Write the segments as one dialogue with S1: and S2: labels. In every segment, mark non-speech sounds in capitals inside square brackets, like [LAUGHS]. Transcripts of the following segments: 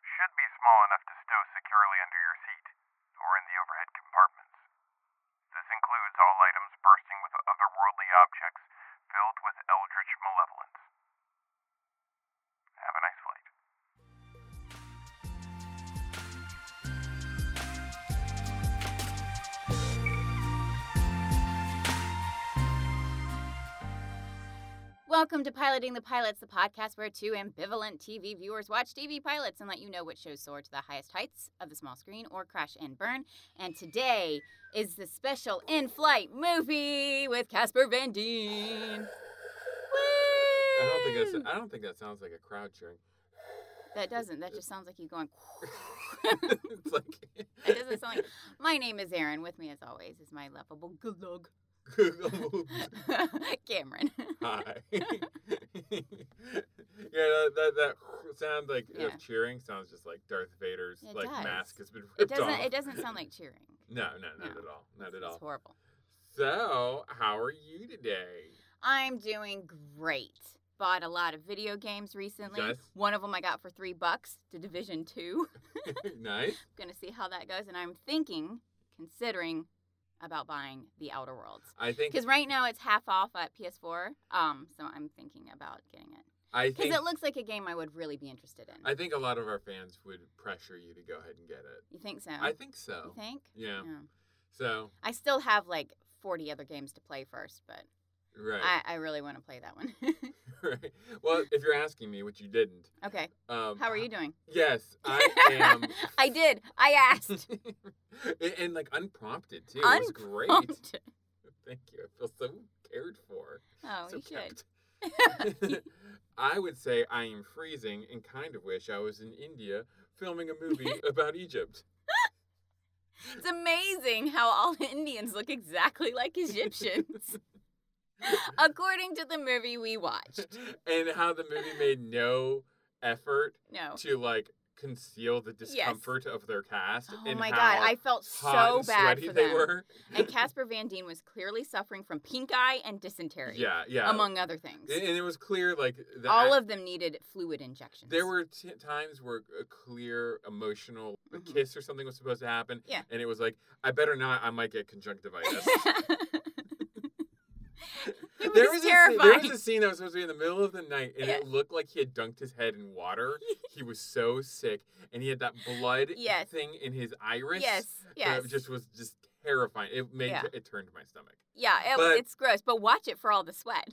S1: small enough to stow securely under your seat or in the overhead compartments. This includes all items bursting with otherworldly objects filled with eldritch malevolence. Have a nice flight.
S2: Welcome to Piloting the Pilots, the podcast where two ambivalent TV viewers watch TV pilots and let you know which shows soar to the highest heights of the small screen or crash and burn. And today is the special in flight movie with Casper Van Dien.
S3: I don't think that's. I don't think that sounds like a crowd
S2: [LAUGHS]
S3: cheering.
S2: That doesn't. That just sounds like you going.
S3: [LAUGHS]
S2: [LAUGHS]
S3: it's like
S2: That doesn't
S3: [LAUGHS]
S2: sound like. My name is Aaron. With me, as always, is my lovable glug [LAUGHS] Cameron.
S3: [LAUGHS]
S2: [LAUGHS]
S3: Hi. yeah, that, that that [LAUGHS] sound like
S2: Yeah.
S3: of cheering sounds just like Darth Vader's
S2: It
S3: like
S2: does.
S3: mask has been
S2: It
S3: ripped
S2: doesn't.
S3: off.
S2: It doesn't sound like cheering.
S3: No, no, not
S2: No.
S3: at all. Not at
S2: It's
S3: all.
S2: horrible.
S3: So, how are you today? [LAUGHS]
S2: I'm doing great. Bought a lot of video games recently.
S3: Nice.
S2: One of them I got for three bucks to Division Two. [LAUGHS]
S3: nice.
S2: Gonna see how that goes, and I'm thinking, considering, about buying The Outer Worlds
S3: I think.
S2: because right now it's half off at PS4. Um, so I'm thinking about getting it
S3: I
S2: because
S3: think.
S2: it looks like a game I would really be interested in.
S3: I think a lot of our fans would pressure you to go ahead and get it.
S2: you think so?
S3: I think so.
S2: You think?
S3: Yeah. So,
S2: I still have like 40 other games to play first, but
S3: right.
S2: I, I really want to play that one.
S3: [LAUGHS]
S2: [LAUGHS]
S3: right. Well, if you're asking me, which you didn't.
S2: okay.
S3: Um,
S2: How are you doing?
S3: Yes, I am.
S2: [LAUGHS] I did. I
S3: [LAUGHS]
S2: asked.
S3: and, and, like unprompted too. it was great.
S2: Prompted.
S3: [LAUGHS] Thank you. I feel so cared for.
S2: [LAUGHS] Oh,
S3: [LAUGHS] so
S2: you should. [LAUGHS]
S3: kept. [LAUGHS] I would say I am freezing and kind of wish I was in India filming
S2: [LAUGHS]
S3: a movie about Egypt. [LAUGHS]
S2: It's amazing how all [LAUGHS] Indians look exactly like
S3: [LAUGHS]
S2: Egyptians, according to the movie we watched.
S3: and how the movie made no effort
S2: No.
S3: to like conceal the discomfort of their cast
S2: Oh
S3: and
S2: my
S3: how
S2: god, I felt
S3: hot
S2: so
S3: and
S2: bad
S3: sweaty
S2: for
S3: they
S2: them.
S3: were. [LAUGHS]
S2: And Casper Van Dien was clearly suffering from pink eye and dysentery,
S3: yeah, yeah.
S2: among other things.
S3: and and it was clear like the
S2: all of them needed fluid injections. [LAUGHS]
S3: There were t- times where a clear emotional
S2: Mhm.
S3: kiss or something was supposed to happen.
S2: Yeah.
S3: And it was like, I better not. I might get conjunctivitis.
S2: [LAUGHS]
S3: [LAUGHS]
S2: It
S3: there,
S2: was
S3: was a, scene- there was
S2: terrifying.
S3: a scene that was supposed to be in the middle of the night, and
S2: Yeah.
S3: it looked like he had dunked his head in water. he was so sick, and he had that blood
S2: [LAUGHS] Yes.
S3: thing in his iris.
S2: yes, yes.
S3: That just was just terrifying. It made
S2: Yeah.
S3: it turned my stomach. [LAUGHS]
S2: yeah, it,
S3: but-
S2: it's gross, but watch it for all the sweat.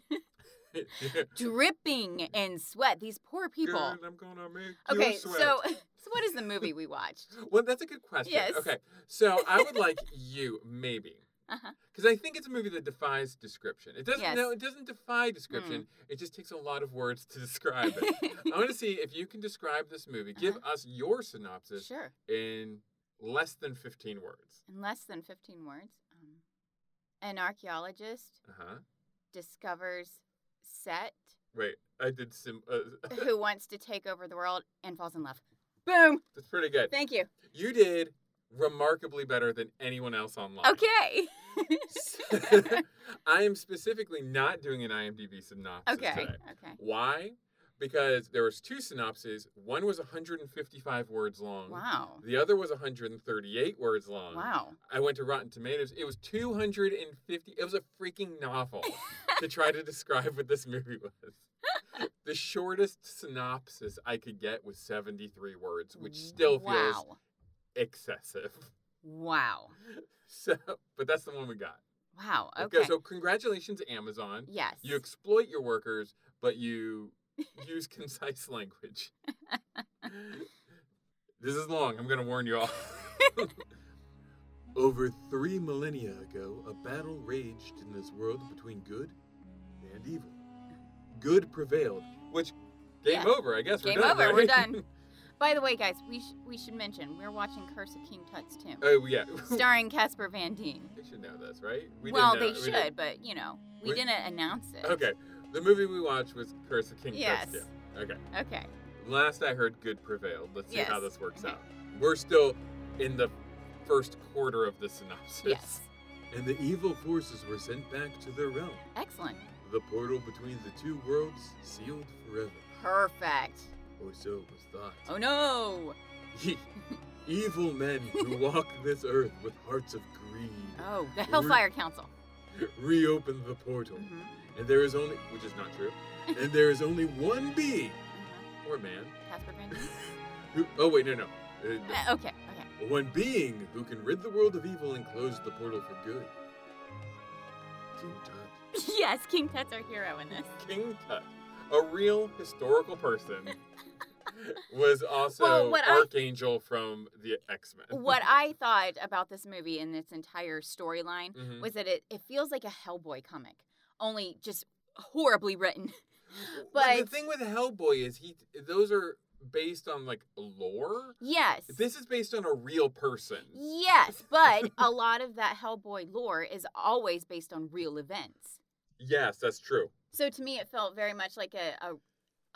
S2: Dripping in sweat, these poor people.
S3: Girl, I'm gonna make you
S2: Okay, so
S3: sweat.
S2: [LAUGHS] so what is the movie we watched?
S3: Well, that's a good question.
S2: Yes.
S3: Okay. So I would like you, maybe.
S2: [LAUGHS] Uh-huh.
S3: Because I think it's a movie that defies description. It doesn't.
S2: Yes. Mm.
S3: No, it doesn't defy description. It just takes a lot of words to describe
S2: [LAUGHS]
S3: it. [LAUGHS] I want to see if you can describe this movie. Give us your synopsis
S2: Uh-huh. sure.
S3: in less than fifteen words.
S2: In less than 15 words, um, an archaeologist
S3: Uh huh.
S2: discovers Set, [LAUGHS]
S3: Wait, I did some. Uh, [LAUGHS]
S2: who wants to take over the world and falls in love. Boom!
S3: that's pretty good.
S2: Thank you.
S3: you did remarkably better than anyone else online.
S2: Okay.
S3: [LAUGHS] I am specifically not doing an IMDb synopsis
S2: okay.
S3: today.
S2: Okay.
S3: Why? Because there was two synopses. One was 155 words long.
S2: Wow.
S3: The other was 138 words long.
S2: Wow.
S3: I went to Rotten Tomatoes. It was 250. It was a freaking novel
S2: [LAUGHS]
S3: to try to describe what this movie was. The shortest synopsis I could get was 73 words, which still feels
S2: wow.
S3: excessive. [LAUGHS]
S2: Wow.
S3: So, but that's the one we got.
S2: Wow. Okay.
S3: Okay, so congratulations, Amazon.
S2: yes.
S3: You exploit your workers, but you use concise language. this is long. I'm going to warn you all. [LAUGHS] Over three millennia ago, a battle raged in this world between good and evil. Good prevailed, which game
S2: Yeah.
S3: over, I guess.
S2: Game
S3: we're done,
S2: over, we're
S3: right?
S2: done. By the way, guys, we sh- we should mention we're watching Curse of King Tut's Tomb,
S3: [LAUGHS] [LAUGHS] oh, yeah.
S2: starring Casper Van Dien.
S3: they should know this, right? We didn't
S2: well,
S3: know
S2: they
S3: it, we
S2: should,
S3: didn't.
S2: but you know, we,
S3: We-
S2: didn't announce it.
S3: Okay, the movie we watched was Curse of King
S2: Yes.
S3: Tutsu. Okay.
S2: Okay.
S3: Last I heard, good prevailed. Let's see how
S2: Yes.
S3: this works
S2: Okay.
S3: out. We're still in the first quarter of the synopsis.
S2: Yes.
S3: And the evil forces were sent back to their realm.
S2: Excellent.
S3: The portal between the two worlds sealed forever.
S2: Perfect.
S3: Or so was thought.
S2: Oh no. [LAUGHS]
S3: Ye evil men who walk this earth with hearts of greed
S2: Oh, the Hellfire Council.
S3: reopen the portal.
S2: hmm
S3: And there is only, which is not true, and there is only one being, or man,
S2: mm-hmm. Casper Van Dien?
S3: who, oh wait, no, no. Uh, no.
S2: Uh, okay, okay. [LAUGHS]
S3: One being who can rid the world of evil and close the portal for good. King Tut.
S2: Yes, King Tut's our hero in this.
S3: King Tut, a real
S2: [LAUGHS]
S3: historical person, was also
S2: Well, what I-
S3: Archangel from the X Men.
S2: What I thought about this movie and its entire storyline
S3: Mhm.
S2: was that it, it feels like a Hellboy comic, only just horribly written. [LAUGHS]
S3: Well, the
S2: but-
S3: thing with Hellboy is he; those are based on like lore.
S2: Yes.
S3: This is based on a real person. [LAUGHS]
S2: Yes, but a lot of that Hellboy lore is always based on real events.
S3: Yes, that's true.
S2: So to me, it felt very much like a, a,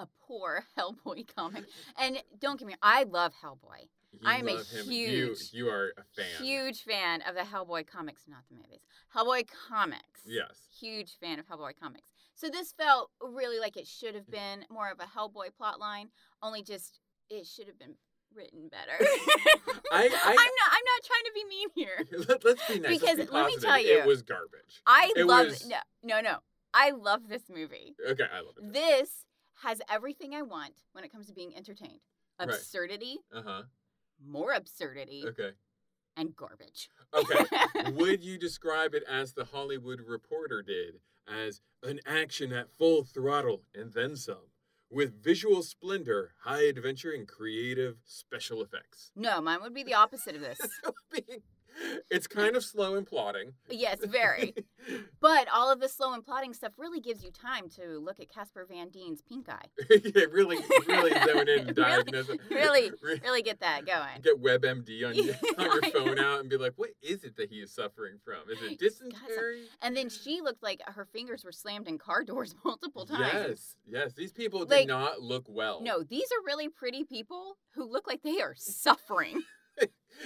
S2: a poor [LAUGHS] Hellboy comic. And don't get me wrong, I love Hellboy.
S3: You
S2: I'm a
S3: love him.
S2: huge,
S3: You, you are a fan.
S2: Huge fan of the Hellboy comics, not the movies. Hellboy comics.
S3: Yes.
S2: [LAUGHS]
S3: [LAUGHS]
S2: Huge fan of Hellboy comics. So this felt really like it should
S3: Mm.
S2: have been more of a Hellboy plotline, only just it should have been written better.
S3: [LAUGHS] I-
S2: [LAUGHS] I'm not I'm not trying to be mean here.
S3: Let, us be nice. let's
S2: Because
S3: be
S2: let me
S3: positive.
S2: tell you-
S3: it was garbage.
S2: I
S3: It
S2: love
S3: was-
S2: no no no. I love this movie.
S3: Okay, I love it.
S2: This has everything I want when it comes to being entertained.
S3: Right.
S2: Absurdity,
S3: Uh huh.
S2: more absurdity,
S3: Okay.
S2: and garbage.
S3: Okay. Would you describe it as the Hollywood Reporter did, as an action at full throttle and then some, with visual splendor, high adventure, and creative special effects?
S2: [LAUGHS]
S3: [LAUGHS]
S2: no, mine would be the opposite of this.
S3: it's kind of slow and plotting.
S2: yes, very. But all of the slow and plotting stuff really gives you time to look at Casper Van Dien's pink eye.
S3: [LAUGHS] yeah, really, really
S2: [LAUGHS]
S3: zone in
S2: Really,
S3: and diagnose. it.
S2: really,
S3: [LAUGHS] Re-
S2: Really get that going.
S3: Get
S2: [LAUGHS]
S3: WebMD on your, on your
S2: I
S3: phone
S2: know.
S3: out and be like, what is it that he is suffering from? Is it
S2: He's got some-
S3: dysentery?
S2: And then she looked like her fingers were slammed in car doors [LAUGHS] multiple times.
S3: Yes, yes. These people
S2: Like,
S3: do not look well.
S2: No, these are really pretty people who look like they are suffering.
S3: [LAUGHS]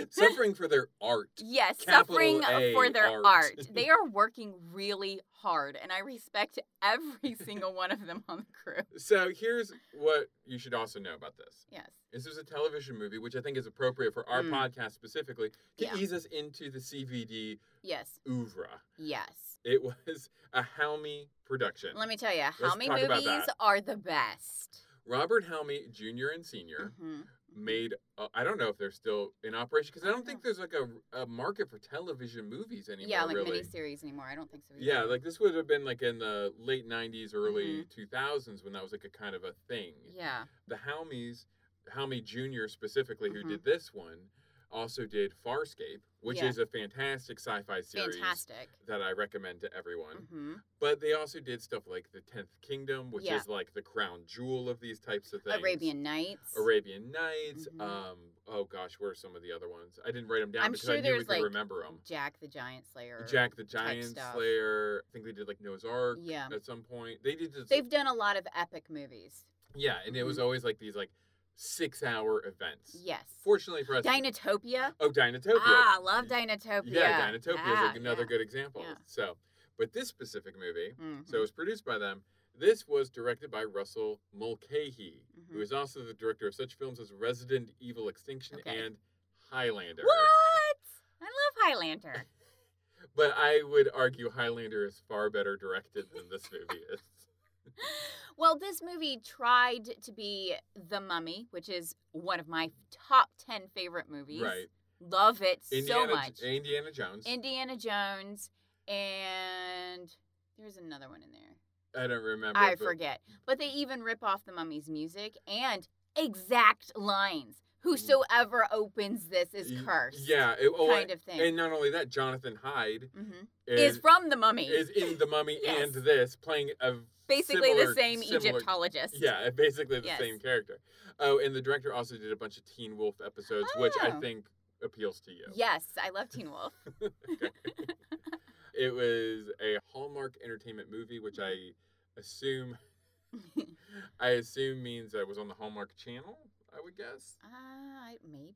S3: suffering for their art.
S2: Yes,
S3: Capital
S2: suffering
S3: A,
S2: for their art.
S3: art. [LAUGHS]
S2: They are working really hard, and I respect
S3: [LAUGHS]
S2: every single one of them on the crew.
S3: So here's what you should also know about this.
S2: Yes.
S3: This is a television movie, which I think is appropriate for our
S2: Mm.
S3: podcast specifically to
S2: Yeah.
S3: ease us into the CVD
S2: Yes.
S3: oeuvre.
S2: Yes.
S3: It was a Helmy production.
S2: Let me tell you, how
S3: Let's
S2: many
S3: talk about
S2: movies
S3: that.
S2: are the best?
S3: Robert Helmy Jr. and Senior
S2: hmm
S3: made. Uh, I don't know if they're still in operation because I
S2: don't
S3: don't think
S2: know.
S3: there's like a, a market for television movies anymore.
S2: Mm-hmm. Yeah, like
S3: really.
S2: miniseries anymore. I don't think so. either.
S3: Yeah, like this would have been like in the late '90s, early 2000s when that was like a kind of a thing.
S2: Mm-hmm. yeah.
S3: the Halmies, Halmy Jr. specifically, who
S2: Mhm.
S3: did this one, also did Farscape, which
S2: Yeah.
S3: is a fantastic sci-fi series
S2: Fantastic.
S3: that I recommend to everyone.
S2: hmm
S3: But they also did stuff like The Tenth Kingdom, which
S2: Yeah.
S3: is like the crown jewel of these types of things.
S2: Arabian Nights.
S3: Arabian Nights.
S2: Mhm.
S3: Um, oh gosh, where are some of the other ones? I didn't write them down
S2: I'm
S3: because
S2: sure
S3: I knew we
S2: there's,
S3: could
S2: like,
S3: remember them.
S2: Jack the Giant Slayer.
S3: Jack the
S2: type
S3: Giant
S2: stuff.
S3: Slayer. I think they did like Noah's Ark
S2: Yeah.
S3: at some point. They did this.
S2: They've done a lot of epic movies.
S3: yeah, and it was always like these like six-hour events.
S2: Yes.
S3: Fortunately for us,
S2: Dinotopia.
S3: Oh, Dinotopia.
S2: Ah, love Dinotopia.
S3: Yeah, Dinotopia is
S2: Yeah,
S3: like another
S2: yeah.
S3: good example.
S2: Yeah.
S3: So, but this specific movie,
S2: Mhm.
S3: so it was produced by them. This was directed by Russell Mulcahy, who
S2: Mhm.
S3: is also the director of such films as Resident Evil Extinction
S2: Okay.
S3: and Highlander.
S2: What? I love Highlander.
S3: But I would argue Highlander is far better directed than this movie
S2: [LAUGHS]
S3: is.
S2: Well, this movie tried to be The Mummy, which is one of my top 10 favorite movies.
S3: right.
S2: Love it
S3: Indiana,
S2: so much.
S3: Indiana Jones.
S2: Indiana Jones and there's another one in there.
S3: I don't remember.
S2: I
S3: but-
S2: forget. But they even rip off the mummy's music and exact lines. Whosoever opens this is
S3: Y-
S2: cursed.
S3: Yeah. it- oh,
S2: Kind of thing.
S3: and not only that, Jonathan Hyde
S2: hmm
S3: is
S2: Is from the mummy.
S3: is in the mummy
S2: Yes.
S3: and this playing a
S2: basically
S3: similar-
S2: the same
S3: similar-
S2: Egyptologist.
S3: yeah basically the
S2: Yes.
S3: same character oh and the director also did a bunch of teen wolf episodes which i
S2: Oh.
S3: think appeals to [LAUGHS] you
S2: Yes, I love Teen
S3: [LAUGHS]
S2: Wolf. [LAUGHS]
S3: it was a hallmark entertainment movie which i
S2: Mm-hmm.
S3: assume
S2: Uh,
S3: i assume means that it was on the hallmark channel i would guess
S2: Uh, maybe.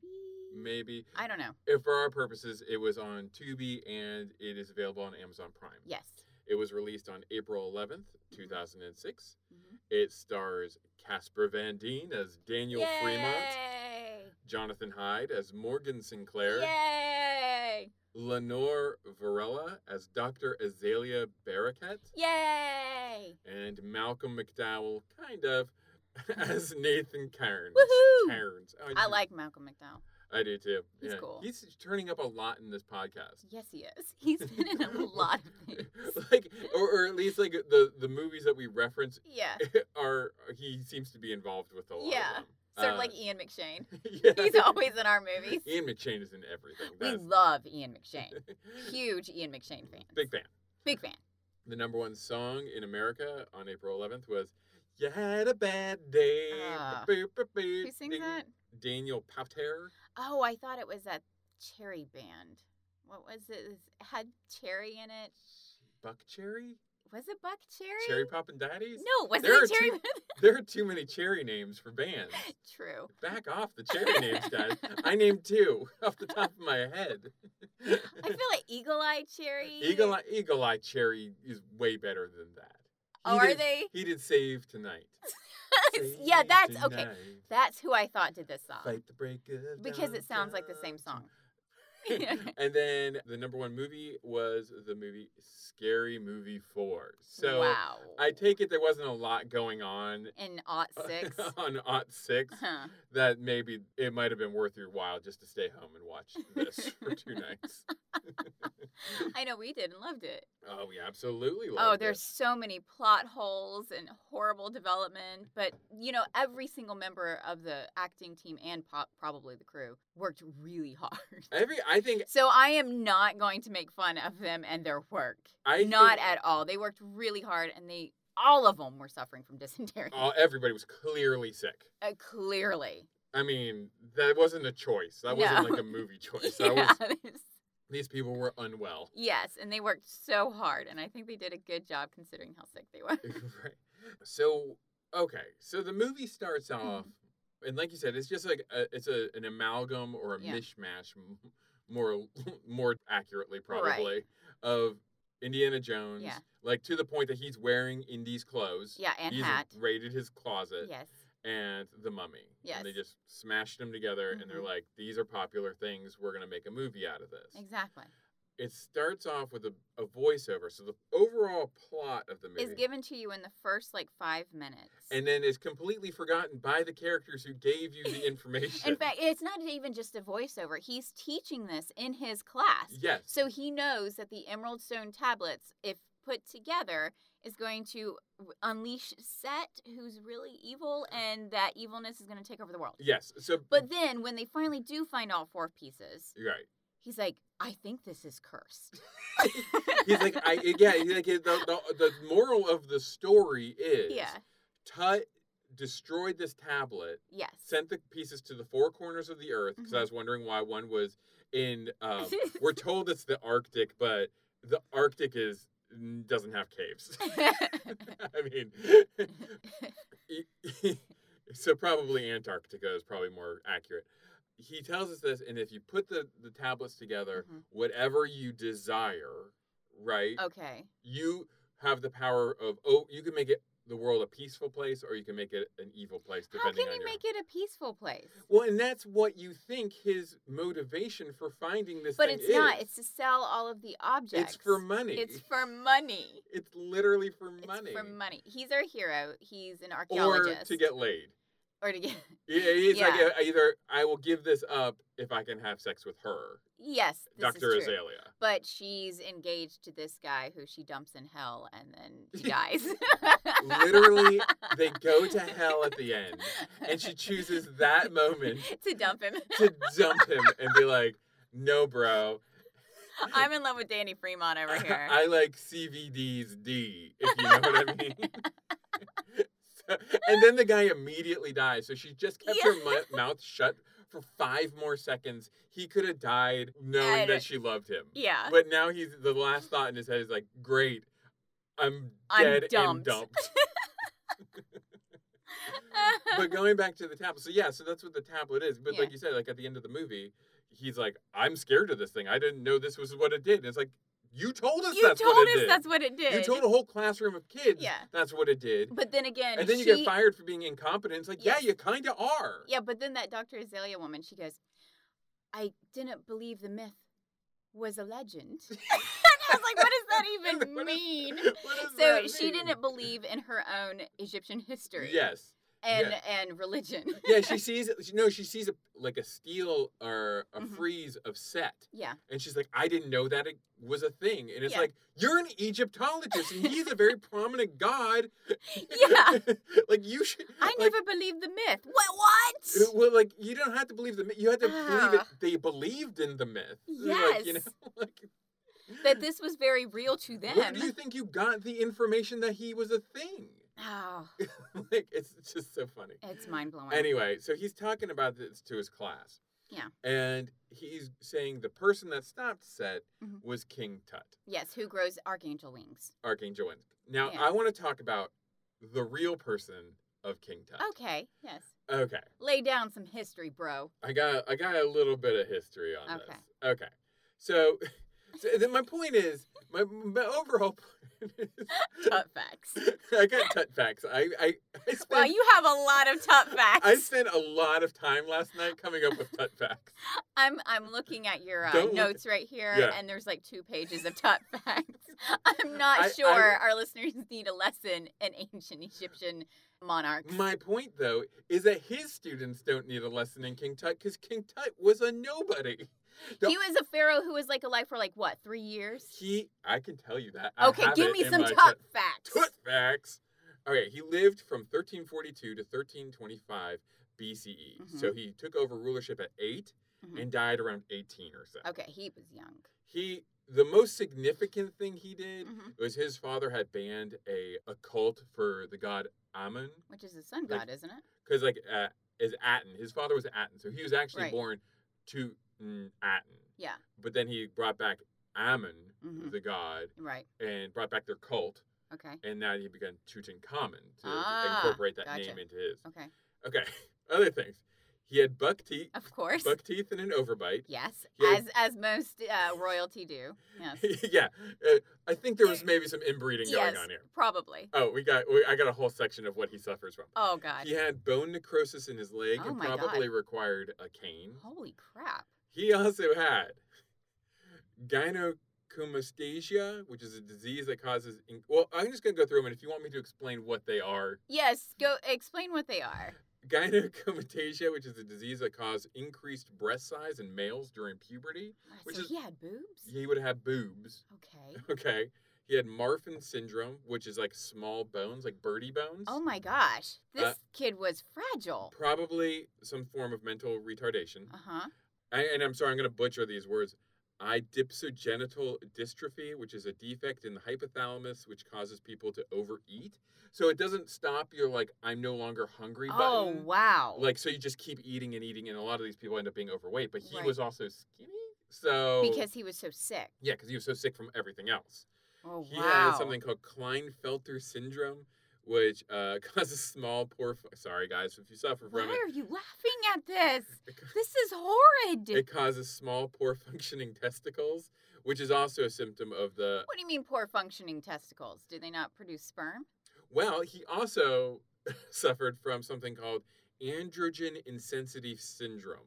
S2: Um
S3: maybe
S2: I don't know.
S3: if for our purposes it was on tubi and it is available on amazon prime
S2: Yes.
S3: it was released on april 11th
S2: Mm-hmm.
S3: 2006
S2: Mhm.
S3: It stars Casper Van Dien as Daniel Fremont,
S2: Yay!
S3: Jonathan Hyde as Morgan Sinclair,
S2: Yay!
S3: Lenore Varela as Dr. Azalea Barraquette,
S2: Yay!
S3: and Malcolm McDowell, kind of,
S2: [LAUGHS]
S3: [LAUGHS] as Nathan Cairns.
S2: Woohoo!
S3: Cairns. Oh,
S2: I
S3: do-
S2: like Malcolm McDowell.
S3: I do too.
S2: He's
S3: yeah.
S2: cool.
S3: He's turning up a lot in this podcast.
S2: Yes, he is. He's been in [LAUGHS]
S3: [LAUGHS]
S2: a lot of things.
S3: like, or, or at least like the the movies that we reference
S2: Yeah.
S3: are uh, he seems to be involved with a lot.
S2: Yeah.
S3: Of them.
S2: Sort of
S3: Uh,
S2: like [LAUGHS] Ian McShane.
S3: [LAUGHS] yeah.
S2: He's always in our movies.
S3: [LAUGHS] Ian McShane is in everything.
S2: We
S3: [LAUGHS] That's-
S2: love Ian
S3: [LAUGHS]
S2: McShane. Huge Ian McShane fans.
S3: Big fan.
S2: Big fan.
S3: The number one song in America on April 11th was "You Had a Bad Day."
S2: Ah.
S3: Who
S2: Who sings that?
S3: Daniel Powter.
S2: Oh, I thought it was that cherry band. What was it? It had cherry in it.
S3: Buck Cherry.
S2: Was it Buck Cherry?
S3: Cherry Poppin' Daddies.
S2: No, wasn't
S3: There are
S2: it cherry?
S3: two- [LAUGHS] There are too many cherry names for bands.
S2: [LAUGHS] True.
S3: Back off the cherry names,
S2: [LAUGHS]
S3: guys. I named two [LAUGHS] off the top of my head.
S2: I feel like Eagle Eye Cherry.
S3: Uh, Eagle Eye, Eagle Eye Cherry is way better than that.
S2: Oh,
S3: He
S2: are
S3: did-
S2: they? [LAUGHS]
S3: He did Save Tonight.
S2: yeah,
S3: Save
S2: that's okay.
S3: tonight.
S2: That's who I thought did this song
S3: Fight the break of
S2: because it
S3: dawn,
S2: sounds like the same
S3: dawn,
S2: song. [LAUGHS]
S3: dawn. and then the number one movie was the movie Scary Movie 4. [LAUGHS] So
S2: wow.
S3: I take it there wasn't a lot going on
S2: in aught
S3: [LAUGHS]
S2: six. [LAUGHS] Uh-huh.
S3: on Ot 6
S2: huh.
S3: that maybe it might have been worth your while just to stay home and watch
S2: [LAUGHS]
S3: this for two nights.
S2: I know we did and loved it.
S3: Oh, we absolutely loved
S2: Oh,
S3: it.
S2: there's so many plot holes and horrible development, but you know, every single member of the acting team and pop, probably the crew worked really hard.
S3: every. I think
S2: [LAUGHS] So I am not going to make fun of them and their work.
S3: I
S2: not
S3: think
S2: at all. They worked really hard and they all of them were suffering from dysentery.
S3: all, everybody was clearly sick.
S2: Uh, [LAUGHS] clearly.
S3: I mean, that wasn't a choice. That wasn't
S2: No.
S3: like
S2: [LAUGHS]
S3: a movie choice. Oh, That
S2: Yeah,
S3: was
S2: this-
S3: these people were unwell. [LAUGHS]
S2: yes, and they worked so hard and I think they did a good job considering how sick they were.
S3: right. So okay, so the movie starts
S2: Mm-hmm.
S3: off, and like you said, it's just like a, it's a an amalgam or a
S2: Yeah.
S3: mishmash, m- more [LAUGHS] more accurately probably of Indiana Jones.
S2: Yeah.
S3: Like to the point that he's wearing Indy's clothes.
S2: Yeah, and
S3: he's
S2: hat.
S3: raided his closet
S2: Yes.
S3: and the mummy. And they
S2: Yes.
S3: just smashed them together, and they're
S2: Mhm.
S3: like, "These are popular things. We're gonna make a movie out of this."
S2: Exactly.
S3: it starts off with a, a voiceover. So the overall plot of the movie
S2: Is given to you in the first like 5 minutes.
S3: and then is completely forgotten by the characters who gave you the information.
S2: [LAUGHS] [LAUGHS] In fact, it's not even just a voiceover. He's teaching this in his class.
S3: yes.
S2: So he knows that the Emerald Stone tablets, if put together, is going to w- unleash Set, who's really evil, and that evilness is going to take over the world.
S3: yes. So
S2: But then when they finally do find all four pieces,
S3: right.
S2: he's like, I think this is cursed.
S3: [LAUGHS] He's like I yeah, he's like the, the the moral of the story is
S2: [LAUGHS] Yeah.
S3: Tut destroyed this tablet,
S2: Yes.
S3: sent the pieces to the four corners of the earth because I
S2: Mhm.
S3: was wondering why one was in
S2: [LAUGHS]
S3: um, we're told it's the Arctic, but the Arctic is doesn't have caves. [LAUGHS] I mean, [LAUGHS] so probably Antarctica is probably more accurate. He tells us this, and if you put the, the tablets together,
S2: Mhm.
S3: whatever you desire, right?
S2: [LAUGHS] okay.
S3: You have the power of oh, you can make it the world a peaceful place, or you can make it an evil place,
S2: How
S3: depending
S2: can you
S3: on your.
S2: make it a peaceful place?
S3: well, and that's what you think his motivation for finding this.
S2: But
S3: thing
S2: it's not.
S3: is.
S2: It's to sell all of the objects.
S3: It's for money.
S2: It's for money.
S3: [LAUGHS] It's literally for money.
S2: It's for money. He's our hero. He's an
S3: or
S2: archaeologist.
S3: to get laid.
S2: Or to get. [LAUGHS]
S3: Yeah, it's like
S2: Yeah.
S3: uh, either I will give this up if I can have sex with her,
S2: Yes, this
S3: Doctor
S2: is true.
S3: Azalea.
S2: But she's engaged to this guy who she dumps in hell, and then
S3: [LAUGHS]
S2: he dies. [LAUGHS]
S3: Literally, they go to hell at the end, and she chooses
S2: [LAUGHS]
S3: that moment
S2: to dump him.
S3: to dump him and be like, "No, bro,
S2: [LAUGHS] I'm in love with Danny Fremont over here.
S3: [LAUGHS] I like CVD's D." If you know what I mean. [LAUGHS] So- and then the guy immediately dies. So she just kept her
S2: Yeah.
S3: mu- mouth shut for five more seconds. He could have died knowing
S2: I
S3: that
S2: don't-
S3: she loved him.
S2: yeah.
S3: But now he's the last thought in his head is like, "Great, I'm
S2: I'm
S3: dead and
S2: dumped." [LAUGHS]
S3: dumped." but going back to the tablet, so yeah, so that's what the tablet is. But
S2: Yeah.
S3: like you said, like at the end of the movie, he's like, "I'm scared of this thing. I didn't know this was what it did." And it's like, You told us
S2: you
S3: that's
S2: told
S3: what it
S2: us
S3: did.
S2: that's what it did.
S3: You told a whole classroom of kids
S2: Yeah.
S3: that's what it did.
S2: but then again,
S3: And then you
S2: she,
S3: get fired for being incompetent. It's like,
S2: Yes.
S3: yeah, you kind of are. [LAUGHS]
S2: Yeah, but then that Dr. Azalea woman, she goes, I didn't believe the myth was a legend. [LAUGHS] and I was like, what does that even
S3: [LAUGHS] What does-
S2: mean?
S3: [LAUGHS] what does
S2: So
S3: that
S2: she
S3: mean?
S2: didn't believe in her own Egyptian history
S3: Yes.
S2: and and religion.
S3: [LAUGHS]
S2: [LAUGHS]
S3: Yeah, she sees. She, no, she sees a, like a steal or a
S2: Mhm.
S3: freeze of Set, [LAUGHS]
S2: yeah.
S3: and she's like, "I didn't know that it was a thing." And it's
S2: Yeah.
S3: like, "You're an Egyptologist, and he's a very prominent god."
S2: [LAUGHS] Yeah.
S3: [LAUGHS] like you should.
S2: I
S3: like, uh,
S2: never believed the myth. What what?
S3: Well, like you don't have to believe the myth. You have to believe it.
S2: Ah.
S3: They believed in the myth. Like, you
S2: Yes.
S3: know, [LAUGHS] like
S2: That this was very real to them.
S3: where do you think you got the information that he was a thing?
S2: [SIGHS]
S3: [LAUGHS]
S2: oh,
S3: like it's just so funny.
S2: it's mind blowing.
S3: Anyway, so he's talking about this to his class.
S2: Yeah.
S3: And he's saying the person that stopped Set
S2: Mhm.
S3: was King Tut,
S2: Yes, who grows archangel wings.
S3: Archangel Wind. Now,
S2: Yeah.
S3: I want to talk about the real person of King Tut.
S2: Okay, yes.
S3: Okay.
S2: Lay down some history, bro.
S3: I got I got a little bit of history on
S2: Okay.
S3: this. Okay. So, [LAUGHS] so then my point is, my, my overall [LAUGHS] point is,
S2: Tut facts. [LAUGHS]
S3: I got Tut facts. I, I, I spent,
S2: Wow, you have a lot of tut facts.
S3: [LAUGHS] I spent a lot of time last night coming up with Tut facts.
S2: I'm I'm looking at your uh,
S3: Don't look-
S2: notes right here,
S3: Yeah.
S2: and there's like two pages of top [LAUGHS] facts. I'm not
S3: I- I-
S2: sure our listeners need a lesson in ancient Egyptian monarchs.
S3: My point, though, is that his students don't need a lesson in King Tut because King Tut was a nobody. the-
S2: he was a pharaoh who was like alive for like what three years?
S3: He, I can tell you that. I
S2: Okay,
S3: have
S2: give
S3: it
S2: me
S3: in
S2: some
S3: my
S2: top facts.
S3: Tut facts. Okay, he lived from 1342 to 1325 BCE. E.
S2: Mm-hmm.
S3: So he took over rulership at 8
S2: Mhm.
S3: and died around 18 or so.
S2: Okay, he was young.
S3: He, the most significant thing he did
S2: Mhm.
S3: was his father had banned a, a cult for the god Amun.
S2: Which is the sun
S3: Like-
S2: god, isn't it?
S3: because like uh, is Aten. His father was Aten, so he was actually
S2: Right.
S3: born to mm, Aten.
S2: Yeah.
S3: But then he brought back Amun,
S2: Mhm.
S3: the god,
S2: Right.
S3: and brought back their cult,
S2: Okay.
S3: and now he began Tutankhamun to
S2: Ah,
S3: incorporate that
S2: gotcha.
S3: name into his.
S2: Okay.
S3: Okay, [LAUGHS] other things. He had buck teeth,
S2: Of course.
S3: buck teeth, and an overbite. [LAUGHS]
S2: yes.
S3: Yeah.
S2: As as most uh, royalty do. Yes.
S3: yeah, uh, I think
S2: [LAUGHS]
S3: there was maybe some inbreeding
S2: yes.
S3: going on here.
S2: Probably.
S3: Oh, we got we, I got a whole section of what he suffers from.
S2: Oh God.
S3: He had bone necrosis in his leg
S2: Oh
S3: and
S2: my God.
S3: probably required a cane.
S2: Holy crap.
S3: He also had gynecomastia, which is a disease that causes. In- well, I'm just going to go through them, and if you want me to explain what they are, [LAUGHS]
S2: Yes. Go explain what they are.
S3: gynecomastia, which is a disease that causes increased breast size in males during puberty,
S2: Alright,
S3: Which
S2: so
S3: is-
S2: he had boobs.
S3: he would have boobs.
S2: Okay.
S3: Okay. He had Marfan syndrome, which is like small bones, like birdie bones.
S2: Oh my gosh, this
S3: Uh,
S2: kid was fragile.
S3: Probably some form of mental retardation.
S2: Uh huh.
S3: I, and I'm sorry, I'm going to butcher these words. Idipsogenital dystrophy, which is a defect in the hypothalamus, which causes people to overeat. So it doesn't stop your like I'm no longer hungry
S2: Oh
S3: button.
S2: wow.
S3: Like so you just keep eating and eating, and a lot of these people end up being overweight. But he
S2: Right.
S3: was also skinny, so
S2: because he was so sick.
S3: yeah, because he was so sick from everything else.
S2: Oh
S3: he
S2: wow.
S3: had something called Klinefelter syndrome, which uh, [LAUGHS] causes small poor. Sorry guys, if you suffer
S2: Why
S3: from it,
S2: are you laughing at this?
S3: it ca-
S2: This is horrid.
S3: It causes small, poor [LAUGHS] functioning testicles, which is also a symptom of the.
S2: what do you mean poor functioning testicles? Do they not produce sperm?
S3: Well, he also [LAUGHS] suffered from something called androgen insensitive syndrome,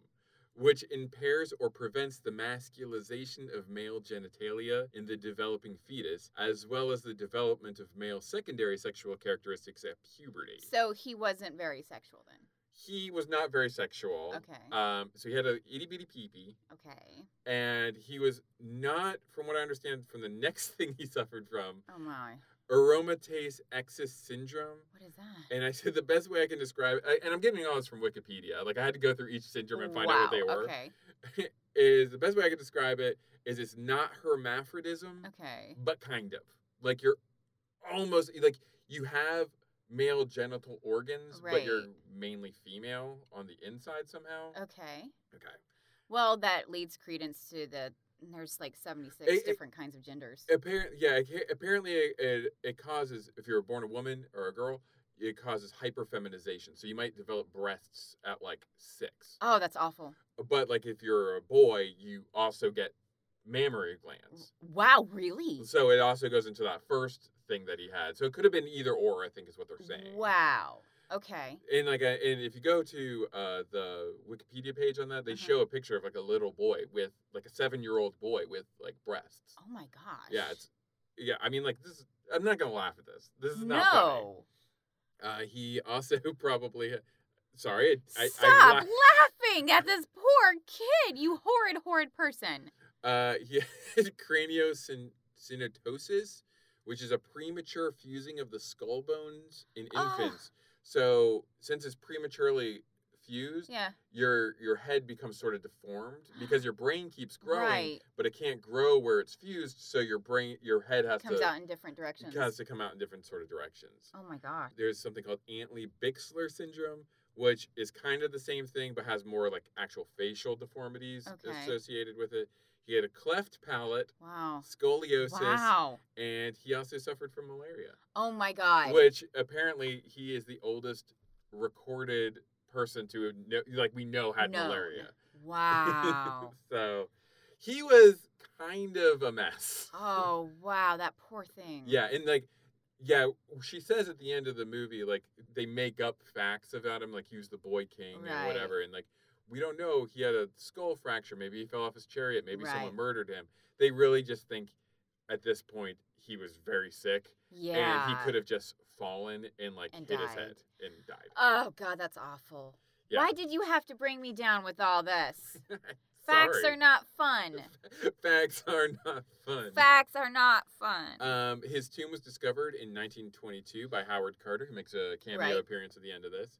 S3: which impairs or prevents the masculization of male genitalia in the developing fetus, as well as the development of male secondary sexual characteristics at puberty.
S2: So he wasn't very sexual then.
S3: he was not very sexual.
S2: Okay.
S3: Um, so he had a itty bitty pee pee.
S2: Okay.
S3: and he was not, from what I understand, from the [LAUGHS] next thing he suffered from,
S2: Oh my.
S3: aromatase excess syndrome.
S2: What is that?
S3: And I said the best way I can describe, I, and I'm getting all this from Wikipedia. Like I had to go through each syndrome and find out
S2: wow.
S3: what they were.
S2: Okay.
S3: [LAUGHS] Is the best way I could describe it is it's not hermaphrodism,
S2: Okay.
S3: but kind of like you're almost like you have male genital organs, but you're
S2: Right. Oh
S3: mainly female on the inside somehow.
S2: Okay.
S3: Okay.
S2: Well, that leads credence to the there's like 76
S3: It- it-
S2: different kinds of genders.
S3: Apparently, yeah. it ca- Apparently, it, it, it causes if you're born a woman or a girl, it causes hyperfeminization. So you might develop breasts at like six,
S2: oh, that's awful.
S3: but like if you're a boy, you also get mammary
S2: Mm.
S3: glands.
S2: Wow, really?
S3: So it also goes into that first thing that he had. So it could have been either or, I think is what they're saying.
S2: Wow. Okay.
S3: And like, a, and if you go to uh, the Wikipedia page on that, they
S2: Mhm.
S3: show a picture of like a little boy with like a seven-year-old boy with like breasts.
S2: Oh my gosh.
S3: Yeah, it's yeah. I mean, like this. is- I'm not gonna laugh at this. This is not funny.
S2: no.
S3: Uh, he also [LAUGHS] probably. Sorry, I, I,
S2: Stop
S3: I laugh-
S2: laughing at this poor kid, you horrid, horrid person.
S3: Uh, he had [LAUGHS] craniosynostoses, which is a premature fusing of the skull bones in
S2: Ah.
S3: infants. So since it's prematurely fused,
S2: Yeah.
S3: your your head becomes sort of deformed because your brain keeps growing,
S2: right.
S3: but it can't grow where it's fused. So your brain, your head has
S2: Comes
S3: to
S2: out in different directions.
S3: has to come out in different sort of directions.
S2: Oh my gosh.
S3: There's something called Antley Bixler syndrome, which is kind of the same thing but has more like actual facial deformities
S2: Okay.
S3: associated with it. He had a cleft palate,
S2: Wow. Oh,
S3: scoliosis,
S2: Wow.
S3: and he also suffered from malaria,
S2: Oh my god.
S3: which apparently he is the oldest recorded person to have kno- like we know had
S2: Known.
S3: malaria. [LAUGHS]
S2: Wow.
S3: so he was kind of a mess.
S2: oh wow, that poor thing.
S3: Yeah, and like, yeah, she says at the end of the movie, like they make up facts about him, like he was the boy king
S2: Right.
S3: or whatever, and like we don't know he had a skull fracture, maybe he fell off his chariot, maybe
S2: Right.
S3: someone murdered him. They really just think at this point he was very sick
S2: Yeah.
S3: and he could have just fallen and like
S2: And
S3: hit his
S2: died.
S3: head and died.
S2: Oh god, that's awful.
S3: Yeah.
S2: Why did you have to bring me down with all
S3: [LAUGHS]
S2: this? Facts
S3: Sorry.
S2: are not fun.
S3: [LAUGHS] facts are not fun.
S2: Facts are not fun.
S3: Um, his tomb was discovered in 1922 by Howard Carter, who makes a cameo
S2: Right.
S3: appearance at the end of this.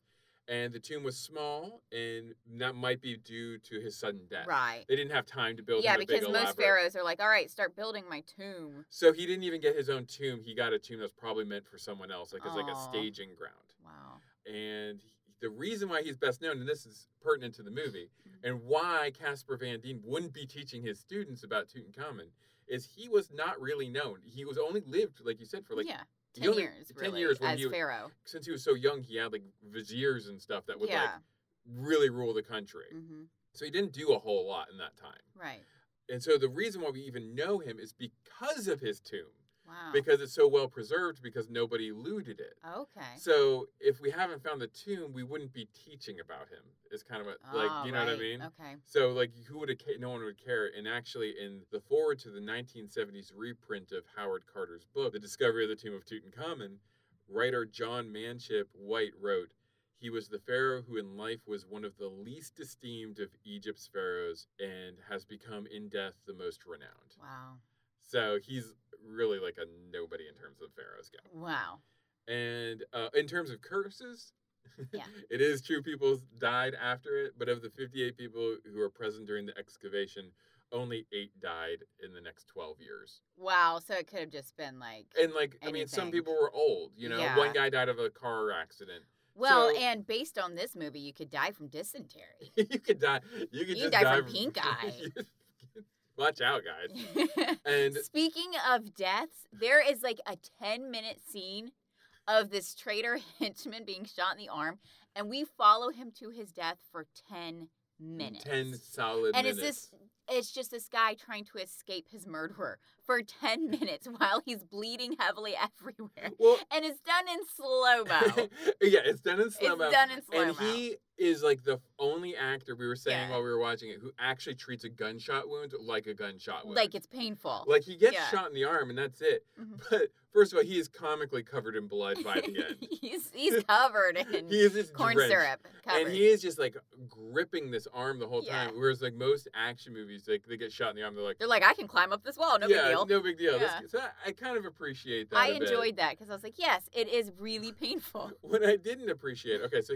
S3: And the tomb was small, and that might be due to his sudden death.
S2: right.
S3: They didn't have time to build.
S2: Yeah,
S3: him a
S2: because
S3: big,
S2: most
S3: elaborate-
S2: pharaohs are like, all right, start building my tomb.
S3: So he didn't even get his own tomb. He got a tomb that's probably meant for someone else, like it's like a
S2: Aw.
S3: staging ground.
S2: Wow.
S3: And he- the reason why he's best known, and this is pertinent to the movie,
S2: Mhm.
S3: and why Caspar Van Dien wouldn't be teaching his students about Tutankhamun, is he was not really known. He was only lived, like you said, for like
S2: yeah.
S3: he
S2: Ten
S3: only-
S2: years,
S3: 10
S2: really,
S3: years when
S2: as
S3: you- [LAUGHS]
S2: pharaoh.
S3: since he was so young, he had like viziers and stuff that would like
S2: yeah.
S3: really rule the country.
S2: hmm
S3: So he didn't do a whole lot in that time.
S2: Right.
S3: And so the reason why we even know him is because of his tomb,
S2: Wow.
S3: because it's so well preserved, because nobody looted it.
S2: okay.
S3: So if we haven't found the tomb, we wouldn't be teaching about him. It's kind of a,
S2: Ah,
S3: [LAUGHS] like you know what I
S2: right.
S3: mean.
S2: Okay.
S3: So like who would have ca- no one would care and actually in the forward to the 1970s reprint of Howard Carter's book The Discovery of the Tomb of Tutankhamun writer John Manship White wrote he was the pharaoh who in life was one of the least esteemed of Egypt's pharaohs and has become in death the most renowned.
S2: Wow.
S3: So he's really like a nobody in terms of pharaohs go.
S2: Wow.
S3: And uh, in terms of curses,
S2: Yeah.
S3: [LAUGHS] it is true people died after it, but of the 58 people who were present during the excavation, only eight died in the next 12 years.
S2: Wow. So it could have just been like.
S3: And like, I mean, some
S2: Anything.
S3: people were old, you know,
S2: Yeah.
S3: one guy died of a car accident. [LAUGHS]
S2: well,
S3: so-
S2: and based on this movie, you could die from dysentery.
S3: you could die. [LAUGHS] You could
S2: You
S3: just
S2: died
S3: die
S2: from pink eye.
S3: Watch out, guys.
S2: [LAUGHS]
S3: And
S2: Speaking of deaths, there is like a 10 minute scene of this traitor [LAUGHS] henchman being shot in the arm, and we follow him to his death for 10 minutes.
S3: 10 solid
S2: and
S3: minutes.
S2: it's this it's just this guy trying to escape his murderer for
S3: [LAUGHS]
S2: 10 minutes while he's bleeding heavily everywhere. [LAUGHS]
S3: Well,
S2: And it's done in slow
S3: [LAUGHS]
S2: mo.
S3: yeah, it's done in slow
S2: it's
S3: mo.
S2: done in slow
S3: And
S2: mo.
S3: he is like the only actor we were saying
S2: Yeah.
S3: while we were watching it who actually treats a gunshot wound like a gunshot wound.
S2: like it's painful. [LAUGHS]
S3: like he gets
S2: yeah.
S3: shot in the arm and that's it.
S2: Mhm.
S3: But first of all, he is comically covered in blood by the
S2: [LAUGHS]
S3: end.
S2: he's he's covered in
S3: [LAUGHS] he is just
S2: corn
S3: drenched.
S2: syrup. Covered.
S3: And he is just like gripping this arm the whole
S2: Yeah.
S3: time. Whereas like most action movies, like they get shot in the arm, they're like,
S2: They're like, I can climb up this wall, no
S3: yeah,
S2: big deal.
S3: no big deal. This-
S2: Yeah.
S3: so I- I kind of appreciate that.
S2: I
S3: a bit.
S2: enjoyed that because I was like, yes, it is really painful.
S3: [LAUGHS] what I didn't appreciate. Okay, so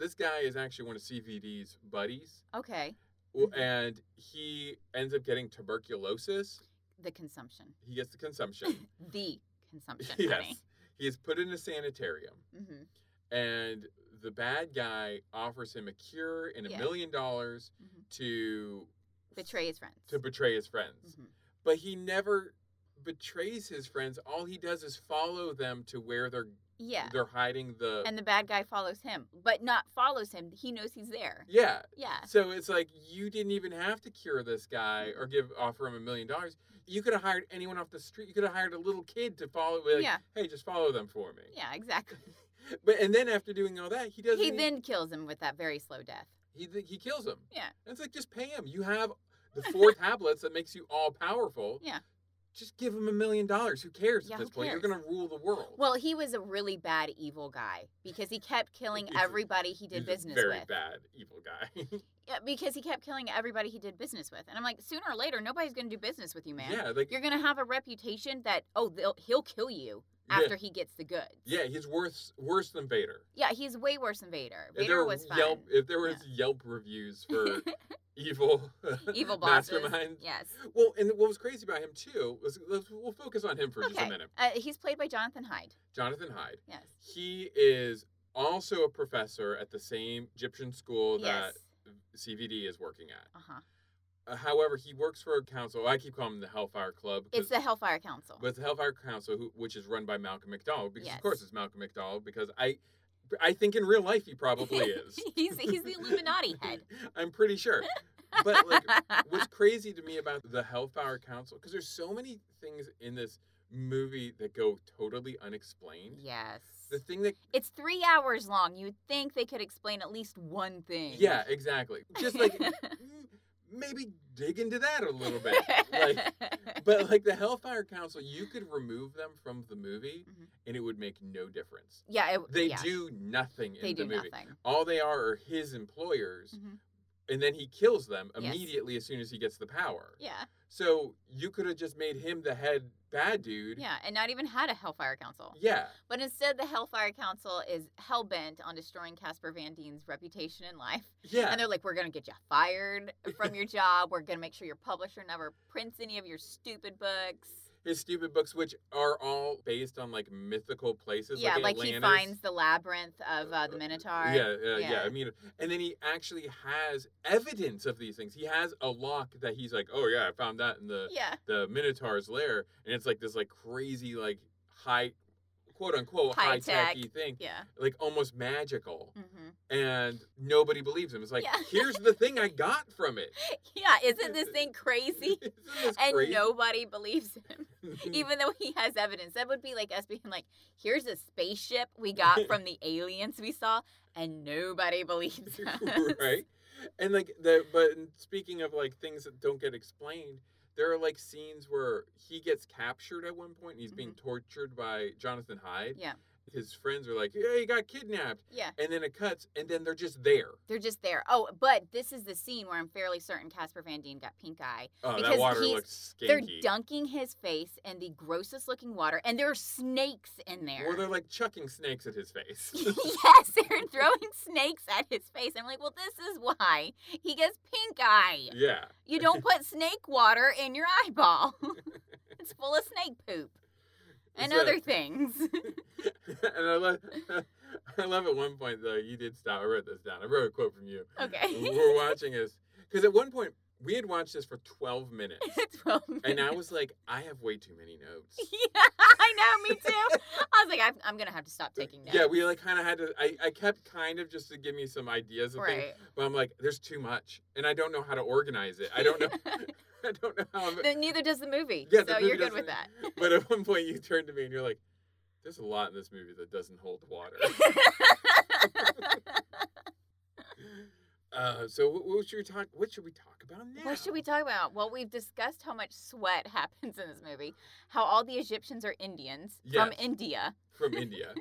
S3: this guy is actually one of CVD's buddies.
S2: Okay,
S3: Well,
S2: Mhm.
S3: and he ends up getting tuberculosis.
S2: the consumption,
S3: He gets
S2: [LAUGHS]
S3: the consumption.
S2: the consumption.
S3: [LAUGHS] yes. He is put in a sanitarium,
S2: hmm
S3: and the bad guy offers him a cure and a
S2: Yeah.
S3: million dollars
S2: Mhm.
S3: to
S2: Betray his friends.
S3: to betray his friends.
S2: Mhm.
S3: But he never betrays his friends. All he does is follow them to where they're
S2: Yeah.
S3: They're hiding the.
S2: And the bad guy follows him, but not follows him. He knows he's there.
S3: yeah.
S2: Yeah.
S3: So it's like you didn't even have to cure this guy
S2: Mm-hmm.
S3: or give offer him a million dollars. You could have hired anyone off the street. You could have hired a little kid to follow. Like,
S2: Yeah.
S3: Hey, just follow them for me.
S2: Yeah, exactly.
S3: But and then after doing all that, [LAUGHS] he doesn't.
S2: He
S3: e-
S2: then kills him with that very slow death.
S3: he th- he kills him.
S2: Yeah.
S3: And it's like just pay him. You have
S2: [LAUGHS]
S3: the four tablets that makes you all powerful.
S2: Yeah.
S3: Just give him a million dollars. Who cares
S2: Yeah,
S3: at this
S2: who
S3: point? You're
S2: cares?
S3: gonna rule the world.
S2: Well, he was a really bad evil guy because he kept killing
S3: He's a-
S2: everybody he did
S3: He's a
S2: business
S3: very
S2: with.
S3: bad evil guy. [LAUGHS]
S2: Yeah, because he kept killing everybody he did business with. And I'm like, sooner or later, nobody's going to do business with you, man.
S3: yeah. Like
S2: You're going to have a reputation that, oh, they'll, he'll kill you
S3: yeah,
S2: after he gets the goods.
S3: yeah, he's worse worse than Vader.
S2: Yeah, he's way worse than Vader.
S3: if there
S2: Vader
S3: were
S2: was fun.
S3: Yelp, [LAUGHS] if there was Yelp
S2: [LAUGHS]
S3: reviews for evil [LAUGHS]
S2: Evil bosses.
S3: masterminds.
S2: Yes.
S3: Well, and what was crazy about him too was let's, we'll focus on him for just
S2: Okay.
S3: a minute.
S2: Uh, he's played by Jonathan Hyde.
S3: Jonathan Hyde.
S2: Yes.
S3: He is also a professor at the same Egyptian school that
S2: Yes.
S3: CVD is working at.
S2: Uh huh.
S3: Uh, however, he works for a council. I keep calling him the Hellfire Club. 'cause-
S2: It's the Hellfire Council.
S3: But the Hellfire Council, who, which is run by Malcolm McDowell, because
S2: Yes.
S3: of course it's Malcolm McDowell, because I, I think in real life he probably is.
S2: [LAUGHS] he's [LAUGHS] he's the
S3: [LAUGHS]
S2: Illuminati head.
S3: I'm pretty sure. But like,
S2: [LAUGHS]
S3: what's crazy to me about the Hellfire Council, because there's so many things in this movie that go totally unexplained.
S2: yes.
S3: The thing that
S2: It's three hours long. You'd think they could explain at least one thing. [LAUGHS]
S3: Yeah, exactly. Just like mm, maybe dig into that a
S2: [LAUGHS]
S3: little bit. Like but like the Hellfire Council, you could remove them from the movie
S2: Mhm.
S3: and it would make no difference.
S2: yeah, it,
S3: They
S2: yeah,
S3: do nothing in
S2: They
S3: the
S2: do
S3: movie.
S2: nothing.
S3: All they are are his employers
S2: Mhm.
S3: and then he kills them
S2: Yes.
S3: immediately as soon as he gets the power.
S2: Yeah,
S3: So you could have just made him the head bad dude.
S2: yeah, and not even had a Hellfire Council.
S3: Yeah.
S2: But instead, the Hellfire Council is hell bent on destroying Casper Van Dien's reputation in life.
S3: Yeah.
S2: And they're like, we're going to get you fired from
S3: [LAUGHS]
S2: your job. We're going to make sure your publisher never prints any of your stupid books.
S3: His stupid books, which are all based on like mythical places.
S2: yeah, like, he
S3: Atlantis.
S2: finds the labyrinth of uh, the Minotaur.
S3: Yeah, yeah, yeah.
S2: Yeah.
S3: I mean, and then he actually has evidence of these things. He has a lock that he's like, oh yeah, I found that in the
S2: Yeah.
S3: the Minotaur's lair, and it's like this like crazy like high, quote unquote high
S2: High-tech.
S3: techy thing,
S2: Yeah.
S3: like almost magical,
S2: hmm
S3: and nobody believes him. It's like
S2: Yeah.
S3: here's the thing I got from it.
S2: [LAUGHS] Yeah. Isn't this thing [LAUGHS] crazy?
S3: [LAUGHS] Isn't this
S2: And
S3: crazy? Mm.
S2: nobody believes him,
S3: [LAUGHS]
S2: even though he has evidence. That would be like us being like, here's a spaceship
S3: [LAUGHS]
S2: we got from the aliens we saw, and nobody
S3: [LAUGHS]
S2: believes us.
S3: right? And like the but speaking of like things that don't get explained, there are like scenes where he gets captured at one point and he's being tortured by Jonathan Hyde.
S2: Mm-hmm. Yeah.
S3: His friends are like, Yeah, he got kidnapped.
S2: [LAUGHS] Yeah.
S3: And then it cuts and then they're just there.
S2: They're just there. Oh, but this is the scene where I'm fairly certain Casper Van Dien got pink eye.
S3: Oh,
S2: Because
S3: that water
S2: he's-
S3: looks skinky.
S2: They're dunking his face in the grossest looking water, and there are snakes in
S3: Or
S2: there.
S3: [LAUGHS] they're like chucking snakes at his face.
S2: [LAUGHS] yes, they're throwing snakes at his face. I'm like, well, this is why he gets pink eye.
S3: [LAUGHS] yeah.
S2: You don't put snake water in your eyeball. [LAUGHS] it's full of snake poop and
S3: Is that-
S2: other things. [LAUGHS]
S3: and I love [LAUGHS] I love at one point though, you did stop. I wrote this down. I wrote a quote from you.
S2: [LAUGHS] okay.
S3: we're watching this because at one point we had watched this for 12
S2: [LAUGHS]
S3: minutes
S2: Twelve
S3: and i
S2: minutes.
S3: was like i have way too many notes
S2: yeah, I know, me too. I was like, I'm, I'm gonna have to stop taking notes.
S3: Uh, yeah we like kind of had to I, I kept kind of just to give me some ideas of things
S2: right.
S3: but i'm like there's too much and i don't know how to organize it i don't
S2: [LAUGHS]
S3: know [LAUGHS] i don't know how i'm
S2: Then neither does the movie.
S3: Yeah,
S2: so
S3: the movie
S2: you're good with that.
S3: doesn't- [LAUGHS] but at one point you turned to me and you're like there's a lot in this movie that doesn't hold
S2: [LAUGHS]
S3: water uh, so what, what should we talk what should we talk about now
S2: What should we talk about? Well, we've discussed how much sweat [LAUGHS] happens in this movie, how all the Egyptians are Indians from
S3: Yes.
S2: India,
S3: from india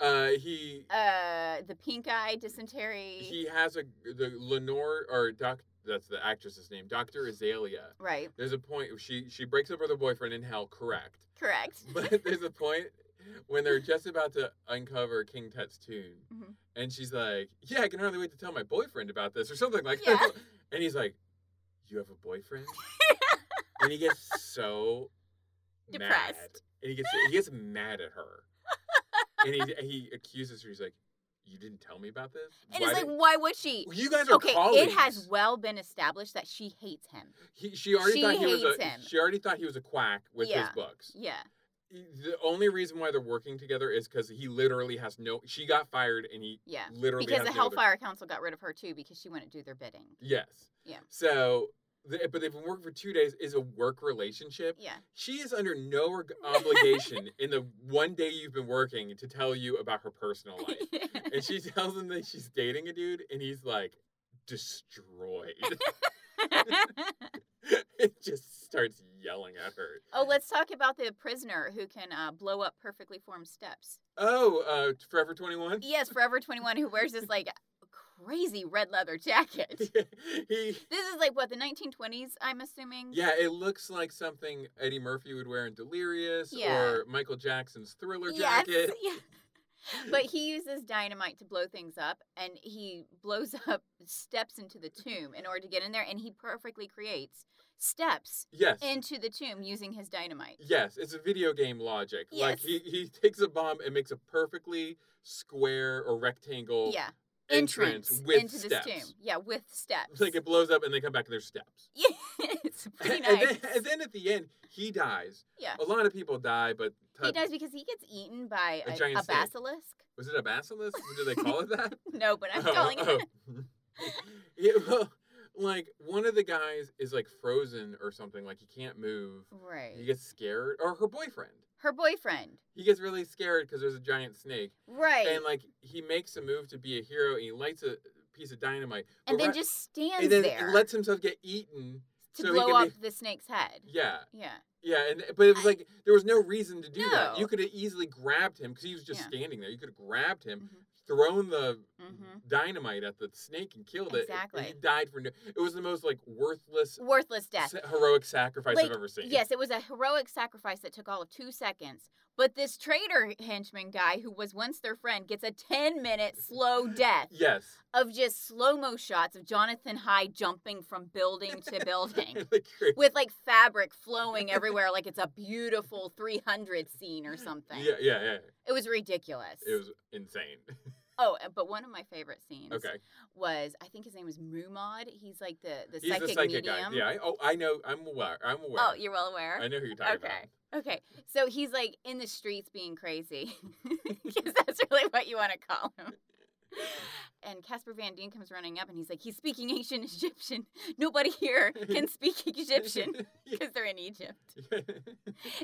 S3: uh, he
S2: uh, the pink eye dysentery.
S3: he has a the Lenore or doc that's the actress's name, Doctor Azalea.
S2: Right,
S3: There's a point she she breaks up with her boyfriend in hell, correct? [LAUGHS]
S2: correct.
S3: But there's a point when they're just about to uncover King Tut's tomb,
S2: Mhm.
S3: and she's like, "Yeah, I can hardly wait to tell my boyfriend about this," or something like
S2: Yeah.
S3: that. [LAUGHS] And he's like, "You have a
S2: [LAUGHS]
S3: boyfriend?" and he gets so mad.
S2: Depressed.
S3: and he gets he gets mad at her, and he and he accuses her. He's like, "You didn't tell me about this."
S2: And
S3: Why
S2: it's
S3: did-
S2: like, why would she?
S3: you guys are
S2: Okay,
S3: colleagues.
S2: it has well been established that she hates him.
S3: He, she already
S2: She
S3: thought he was
S2: hates
S3: a,
S2: him.
S3: She already thought he was a quack with
S2: Yeah.
S3: his books. E,
S2: Yeah.
S3: the only reason why they're working together is because he literally has no. She got fired, and he
S2: Yeah.
S3: literally
S2: Because
S3: has
S2: the
S3: no other-
S2: Hellfire Council got rid of her too because she wouldn't do their bidding.
S3: [LAUGHS] yes.
S2: Yeah.
S3: So, the, but they've been working for two days. Is a work relationship.
S2: Yeah.
S3: She is under no reg- obligation in the one day you've been working to tell you about her personal life. and she tells him that she's dating a dude, and he's like
S2: [LAUGHS]
S3: destroyed. [LAUGHS] it just starts yelling at her.
S2: [LAUGHS] oh, let's talk about the prisoner who can uh, blow up perfectly formed steps.
S3: Oh, uh, Forever Twenty One.
S2: Yes, Forever 21 who wears this like crazy red leather
S3: [LAUGHS]
S2: jacket.
S3: he.
S2: This is like what the 1920s, I'm assuming.
S3: Yeah, it looks like something Eddie Murphy would wear in Delirious
S2: Yeah.
S3: or Michael Jackson's Thriller
S2: Yes,
S3: jacket.
S2: [LAUGHS] yeah. But he uses dynamite to blow things up, and he blows up steps into the tomb in order to get in there, and he perfectly creates steps
S3: Yes.
S2: into the tomb using his dynamite.
S3: Yes, it's a video game logic. Like
S2: Yes.
S3: he, he takes a bomb and makes a perfectly square or rectangle
S2: yeah,
S3: entrance, with
S2: into
S3: steps.
S2: this tomb. Yeah, with steps.
S3: Like it blows up and they come back and there's steps.
S2: [LAUGHS]
S3: [LAUGHS]
S2: yeah, it's pretty
S3: and,
S2: nice.
S3: then, and then at the end, he dies.
S2: yeah,
S3: A lot of people die, but
S2: he
S3: Tut-
S2: does because he gets eaten by
S3: A
S2: a,
S3: giant
S2: a
S3: snake.
S2: basilisk. [LAUGHS]
S3: was it a basilisk? Do they call it that?
S2: No, but I'm calling it.
S3: oh. [LAUGHS] yeah, well, like one of the guys is like frozen or something. Like he can't move. He
S2: Right.
S3: gets scared, or her boyfriend.
S2: Her boyfriend.
S3: He gets really scared because there's a giant snake,
S2: Right.
S3: and like he makes a move to be a hero, and he lights a piece of dynamite,
S2: And
S3: but
S2: then
S3: ra-
S2: just stands
S3: and then
S2: there
S3: lets himself get eaten.
S2: to
S3: so he
S2: blow
S3: can
S2: up
S3: be-
S2: the snake's head.
S3: Yeah,
S2: Yeah.
S3: yeah, and but it was
S2: I-
S3: like there was no reason to do that.
S2: No.
S3: You could have easily grabbed him because he was just
S2: Yeah.
S3: standing there. You could have grabbed him,
S2: Mhm.
S3: thrown the
S2: Mhm.
S3: dynamite at the snake and killed it. and- And he
S2: Exactly.
S3: died for no. It was the most like worthless
S2: Worthless death.
S3: sa- heroic sacrifice
S2: Like,
S3: I've ever seen.
S2: Yes, it was a heroic sacrifice that took all of two seconds. But this traitor henchman guy, who was once their friend, gets a 10 minute
S3: [LAUGHS]
S2: slow death
S3: Yes.
S2: [LAUGHS] of just slow mo shots of Jonathan High jumping from building to building
S3: [LAUGHS] Like, you're-
S2: with like fabric flowing everywhere, like it's a beautiful 300 scene
S3: [LAUGHS]
S2: or something.
S3: Yeah, yeah, yeah.
S2: It was ridiculous.
S3: It was insane.
S2: oh, but one of my favorite scenes
S3: okay.
S2: was I think his name was Mumod. He's like the, the
S3: He's
S2: psychic,
S3: the psychic
S2: medium.
S3: guy. Yeah. I, oh, I know. I'm aware. I'm aware.
S2: Oh, you're well aware.
S3: I know who you're talking
S2: Okay. Okay, so he's like in the streets being
S3: [LAUGHS]
S2: crazy, [LAUGHS] because that's really what you want to call him. And Casper Van Dien comes running up and he's like, he's speaking ancient Egyptian. Nobody here can speak
S3: about.
S2: Egyptian
S3: [LAUGHS]
S2: because they're in Egypt.
S3: Yeah.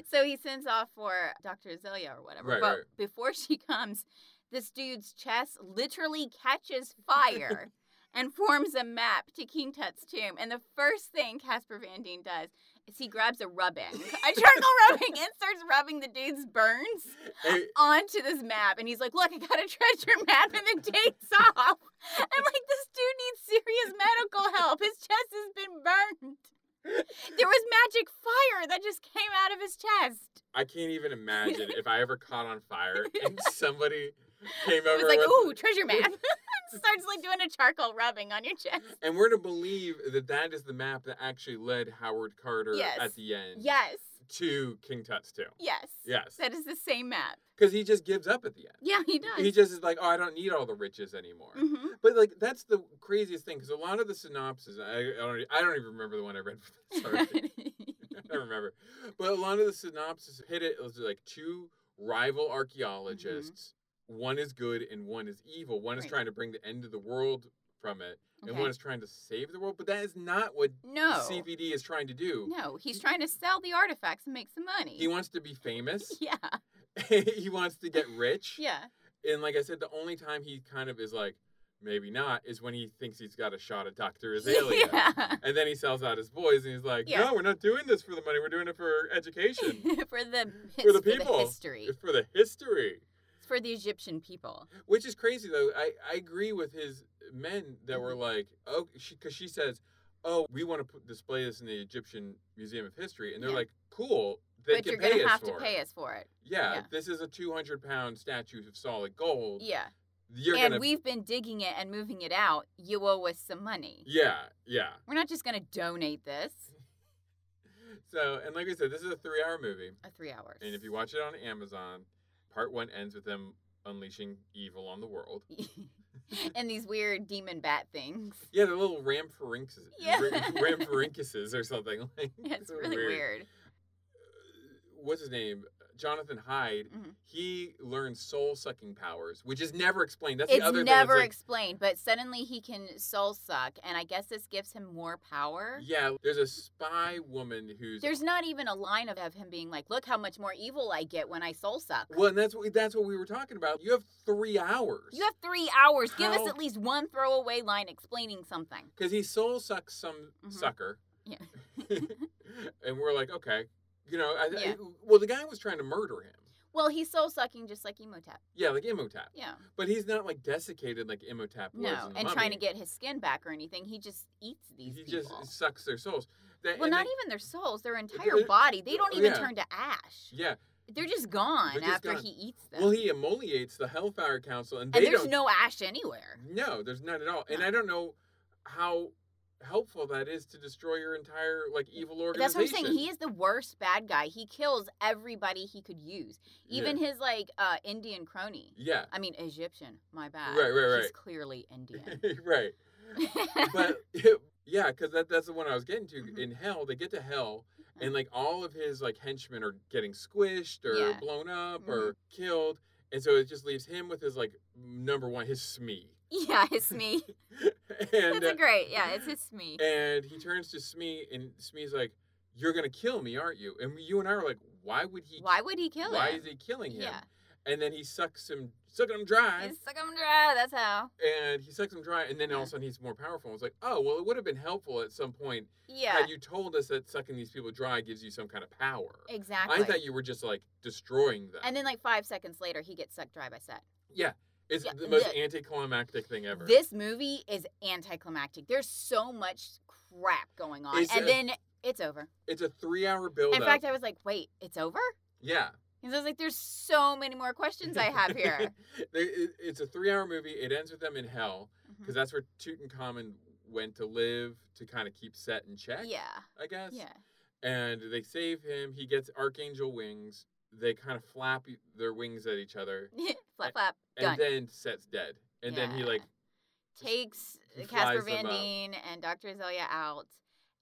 S2: So he sends off for Dr. Azalea or whatever.
S3: Right,
S2: but
S3: right.
S2: before [LAUGHS] she comes, this dude's chest literally catches
S3: [LAUGHS]
S2: fire and forms a map to King Tut's tomb. And the first thing Casper Van Dien does is he grabs a rubbing, a
S3: [LAUGHS]
S2: charcoal rubbing, and starts rubbing the dude's burns
S3: And-
S2: onto this map. And he's like, Look, I got a [LAUGHS] treasure map and the date's [LAUGHS] off. I'm like, This dude needs serious medical help. His chest has been burned. There was magic fire that just came out of his chest.
S3: I can't even imagine if I ever caught on
S2: [LAUGHS]
S3: fire and somebody came over
S2: It was like,
S3: with-
S2: Ooh, treasure map. [LAUGHS] Starts like doing a charcoal rubbing on your
S3: [LAUGHS]
S2: chest.
S3: And we're to believe that that is the map that actually led Howard Carter
S2: Yes.
S3: at the end
S2: Yes.
S3: to King Tut's tomb.
S2: Yes.
S3: Yes.
S2: That is the same map.
S3: Because he just gives up at the end.
S2: Yeah, he does.
S3: He just is like, oh, I don't need all the riches anymore.
S2: hmm
S3: But like, that's the craziest thing because a lot of the synopses, I, I don't, e, I don't even remember the one I read. For this. [LAUGHS] Sorry,
S2: [LAUGHS]
S3: I don't remember. But a lot of the synopses hit it. It was like two rival
S2: Mm-hmm.
S3: archeologists One is good and one is evil. One is
S2: Right.
S3: trying to bring the end of the world from it, and
S2: Okay.
S3: one is trying to save the world. But that is not what
S2: no.
S3: CVD is trying to do.
S2: No, he's trying to sell the artifacts and make some money.
S3: He wants to be
S2: [LAUGHS]
S3: famous. [LAUGHS]
S2: yeah.
S3: he wants to get rich.
S2: Yeah.
S3: And like I said, the only time he kind of is like, maybe not, is when he thinks he's got a shot
S2: [LAUGHS]
S3: at Dr. Azalea.
S2: Yeah.
S3: And then he sells out his boys and he's like,
S2: Yeah.
S3: no, we're not doing this for the money. We're doing it for education,
S2: [LAUGHS] for the
S3: [LAUGHS] For the
S2: his-
S3: people.
S2: history,
S3: It's for the history.
S2: It's for the Egyptian people.
S3: Which is crazy, though. I, I agree with his men that
S2: Mm-hmm.
S3: were like, oh, because she, says, oh, we want to put, display this in the Egyptian Museum of History. And they're
S2: Yeah.
S3: like, cool. They
S2: but
S3: can
S2: you're
S3: pay
S2: gonna
S3: us
S2: have
S3: for
S2: to pay
S3: it.
S2: us for it.
S3: Yeah,
S2: Yeah.
S3: this is a 200 pound statue of solid gold.
S2: Yeah,
S3: You're
S2: and
S3: gonna,
S2: we've been digging it and moving it out. You owe us some money.
S3: Yeah, yeah.
S2: We're not just gonna donate this.
S3: So, and like I said, this is a three hour movie.
S2: Uh, three hours.
S3: And if you watch it on Amazon, part one ends with them unleashing evil on the world.
S2: [LAUGHS] and these weird demon bat things. [LAUGHS]
S3: Yeah, they're little rampharincuses.
S2: Yeah.
S3: Rampharincuses or something. [LAUGHS] Like,
S2: Yeah, it's really weird.
S3: What's his name? Jonathan Hyde,
S2: Mhm.
S3: he learns soul sucking powers, which is never explained. That's the
S2: It's
S3: other
S2: never
S3: thing. It's
S2: explained, but suddenly he can soul suck, and I guess this gives him more power.
S3: like, yeah, there's a spy woman who's
S2: There's not even a line of, of him being like, "Look how much more evil I get when I soul suck."
S3: well, and that's what that's what we were talking about. You have three hours.
S2: You have three hours. Give us
S3: How-
S2: at least one throwaway line explaining something.
S3: because he soul sucks some
S2: Mhm.
S3: sucker.
S2: Yeah.
S3: [LAUGHS]
S2: [LAUGHS]
S3: and we're like, okay, you know, I, I-
S2: Yeah.
S3: well, the guy was trying to murder him.
S2: Well, he's soul sucking just like Emotep.
S3: Yeah, like Imhotep,
S2: Yeah.
S3: but he's not like desiccated like Imhotep was.
S2: No.
S3: in
S2: And
S3: Mummy.
S2: trying to get his skin back or anything. He just eats these
S3: he
S2: people.
S3: just sucks their souls. That,
S2: well,
S3: and
S2: not
S3: then-
S2: even their souls, their
S3: they're-
S2: entire body. They don't even
S3: yeah.
S2: turn to ash.
S3: Yeah,
S2: They're just gone
S3: They're just
S2: after
S3: gone.
S2: he eats them.
S3: well, he emoliates the Hellfire Council, and they
S2: and there's
S3: don't.
S2: no ash anywhere.
S3: No, there's none at all. And
S2: No.
S3: I don't know how helpful that is to destroy your entire like evil
S2: That's what I'm
S3: organization.
S2: saying. He is the worst bad guy. He kills everybody he could use, even his like uh, Indian crony.
S3: yeah.
S2: I mean, Egyptian. My bad.
S3: Right, right,
S2: He's
S3: right.
S2: clearly
S3: [LAUGHS]
S2: Indian.
S3: yeah. right.
S2: [LAUGHS]
S3: But yeah, because that, that's the one I was getting to.
S2: Mhm.
S3: In hell, they get to hell,
S2: Mhm.
S3: and like all of his like henchmen are getting squished or
S2: Yeah. Mm-hmm.
S3: blown up or killed, and so it just leaves him with his like number one, his Smee. [LAUGHS]
S2: yeah, it's me.
S3: and
S2: That's
S3: uh,
S2: a great. Yeah, it's just me.
S3: And he turns to Smee, and Smee's like, "You're gonna kill me, aren't you?" And you and I were like, "Why would he?
S2: Why would he kill
S3: why
S2: him?
S3: is he killing him?"
S2: Yeah.
S3: And then he sucks him, sucking him dry,
S2: Just suck him dry. That's how.
S3: and he sucks him dry, and then all of
S2: Yeah.
S3: a sudden he's more powerful. It's like, oh well, it would have been helpful at some point
S2: Yeah.
S3: had you told us that sucking these people dry gives you some kind of power.
S2: exactly.
S3: I thought you were just like destroying them.
S2: and then like five seconds later, he gets sucked dry by Set.
S3: yeah, it's
S2: Yeah,
S3: the most
S2: the-
S3: anticlimactic thing ever.
S2: This movie is anticlimactic. There's so much crap going on,
S3: It's
S2: and
S3: a-
S2: then it's over.
S3: it's a three-hour build.
S2: In fact, I was like, "Wait, it's over?"
S3: yeah.
S2: Because I was like, "There's so many more questions I have here."
S3: [LAUGHS] They- it- it's a three-hour movie. It ends with them in hell
S2: Mm-hmm.
S3: because that's where Tutankhamun went to live to kind of keep Set in check.
S2: yeah,
S3: I guess.
S2: yeah, [LAUGHS]
S3: And they save him. He gets archangel wings. They kind of flap y- their wings at each other,
S2: flap flap, done.
S3: and then Set's dead. And then he
S2: Yeah.
S3: like,
S2: Takes uh,
S3: He
S2: Casper
S3: flies
S2: Van
S3: them up.
S2: Deen and Dr. Azalea out,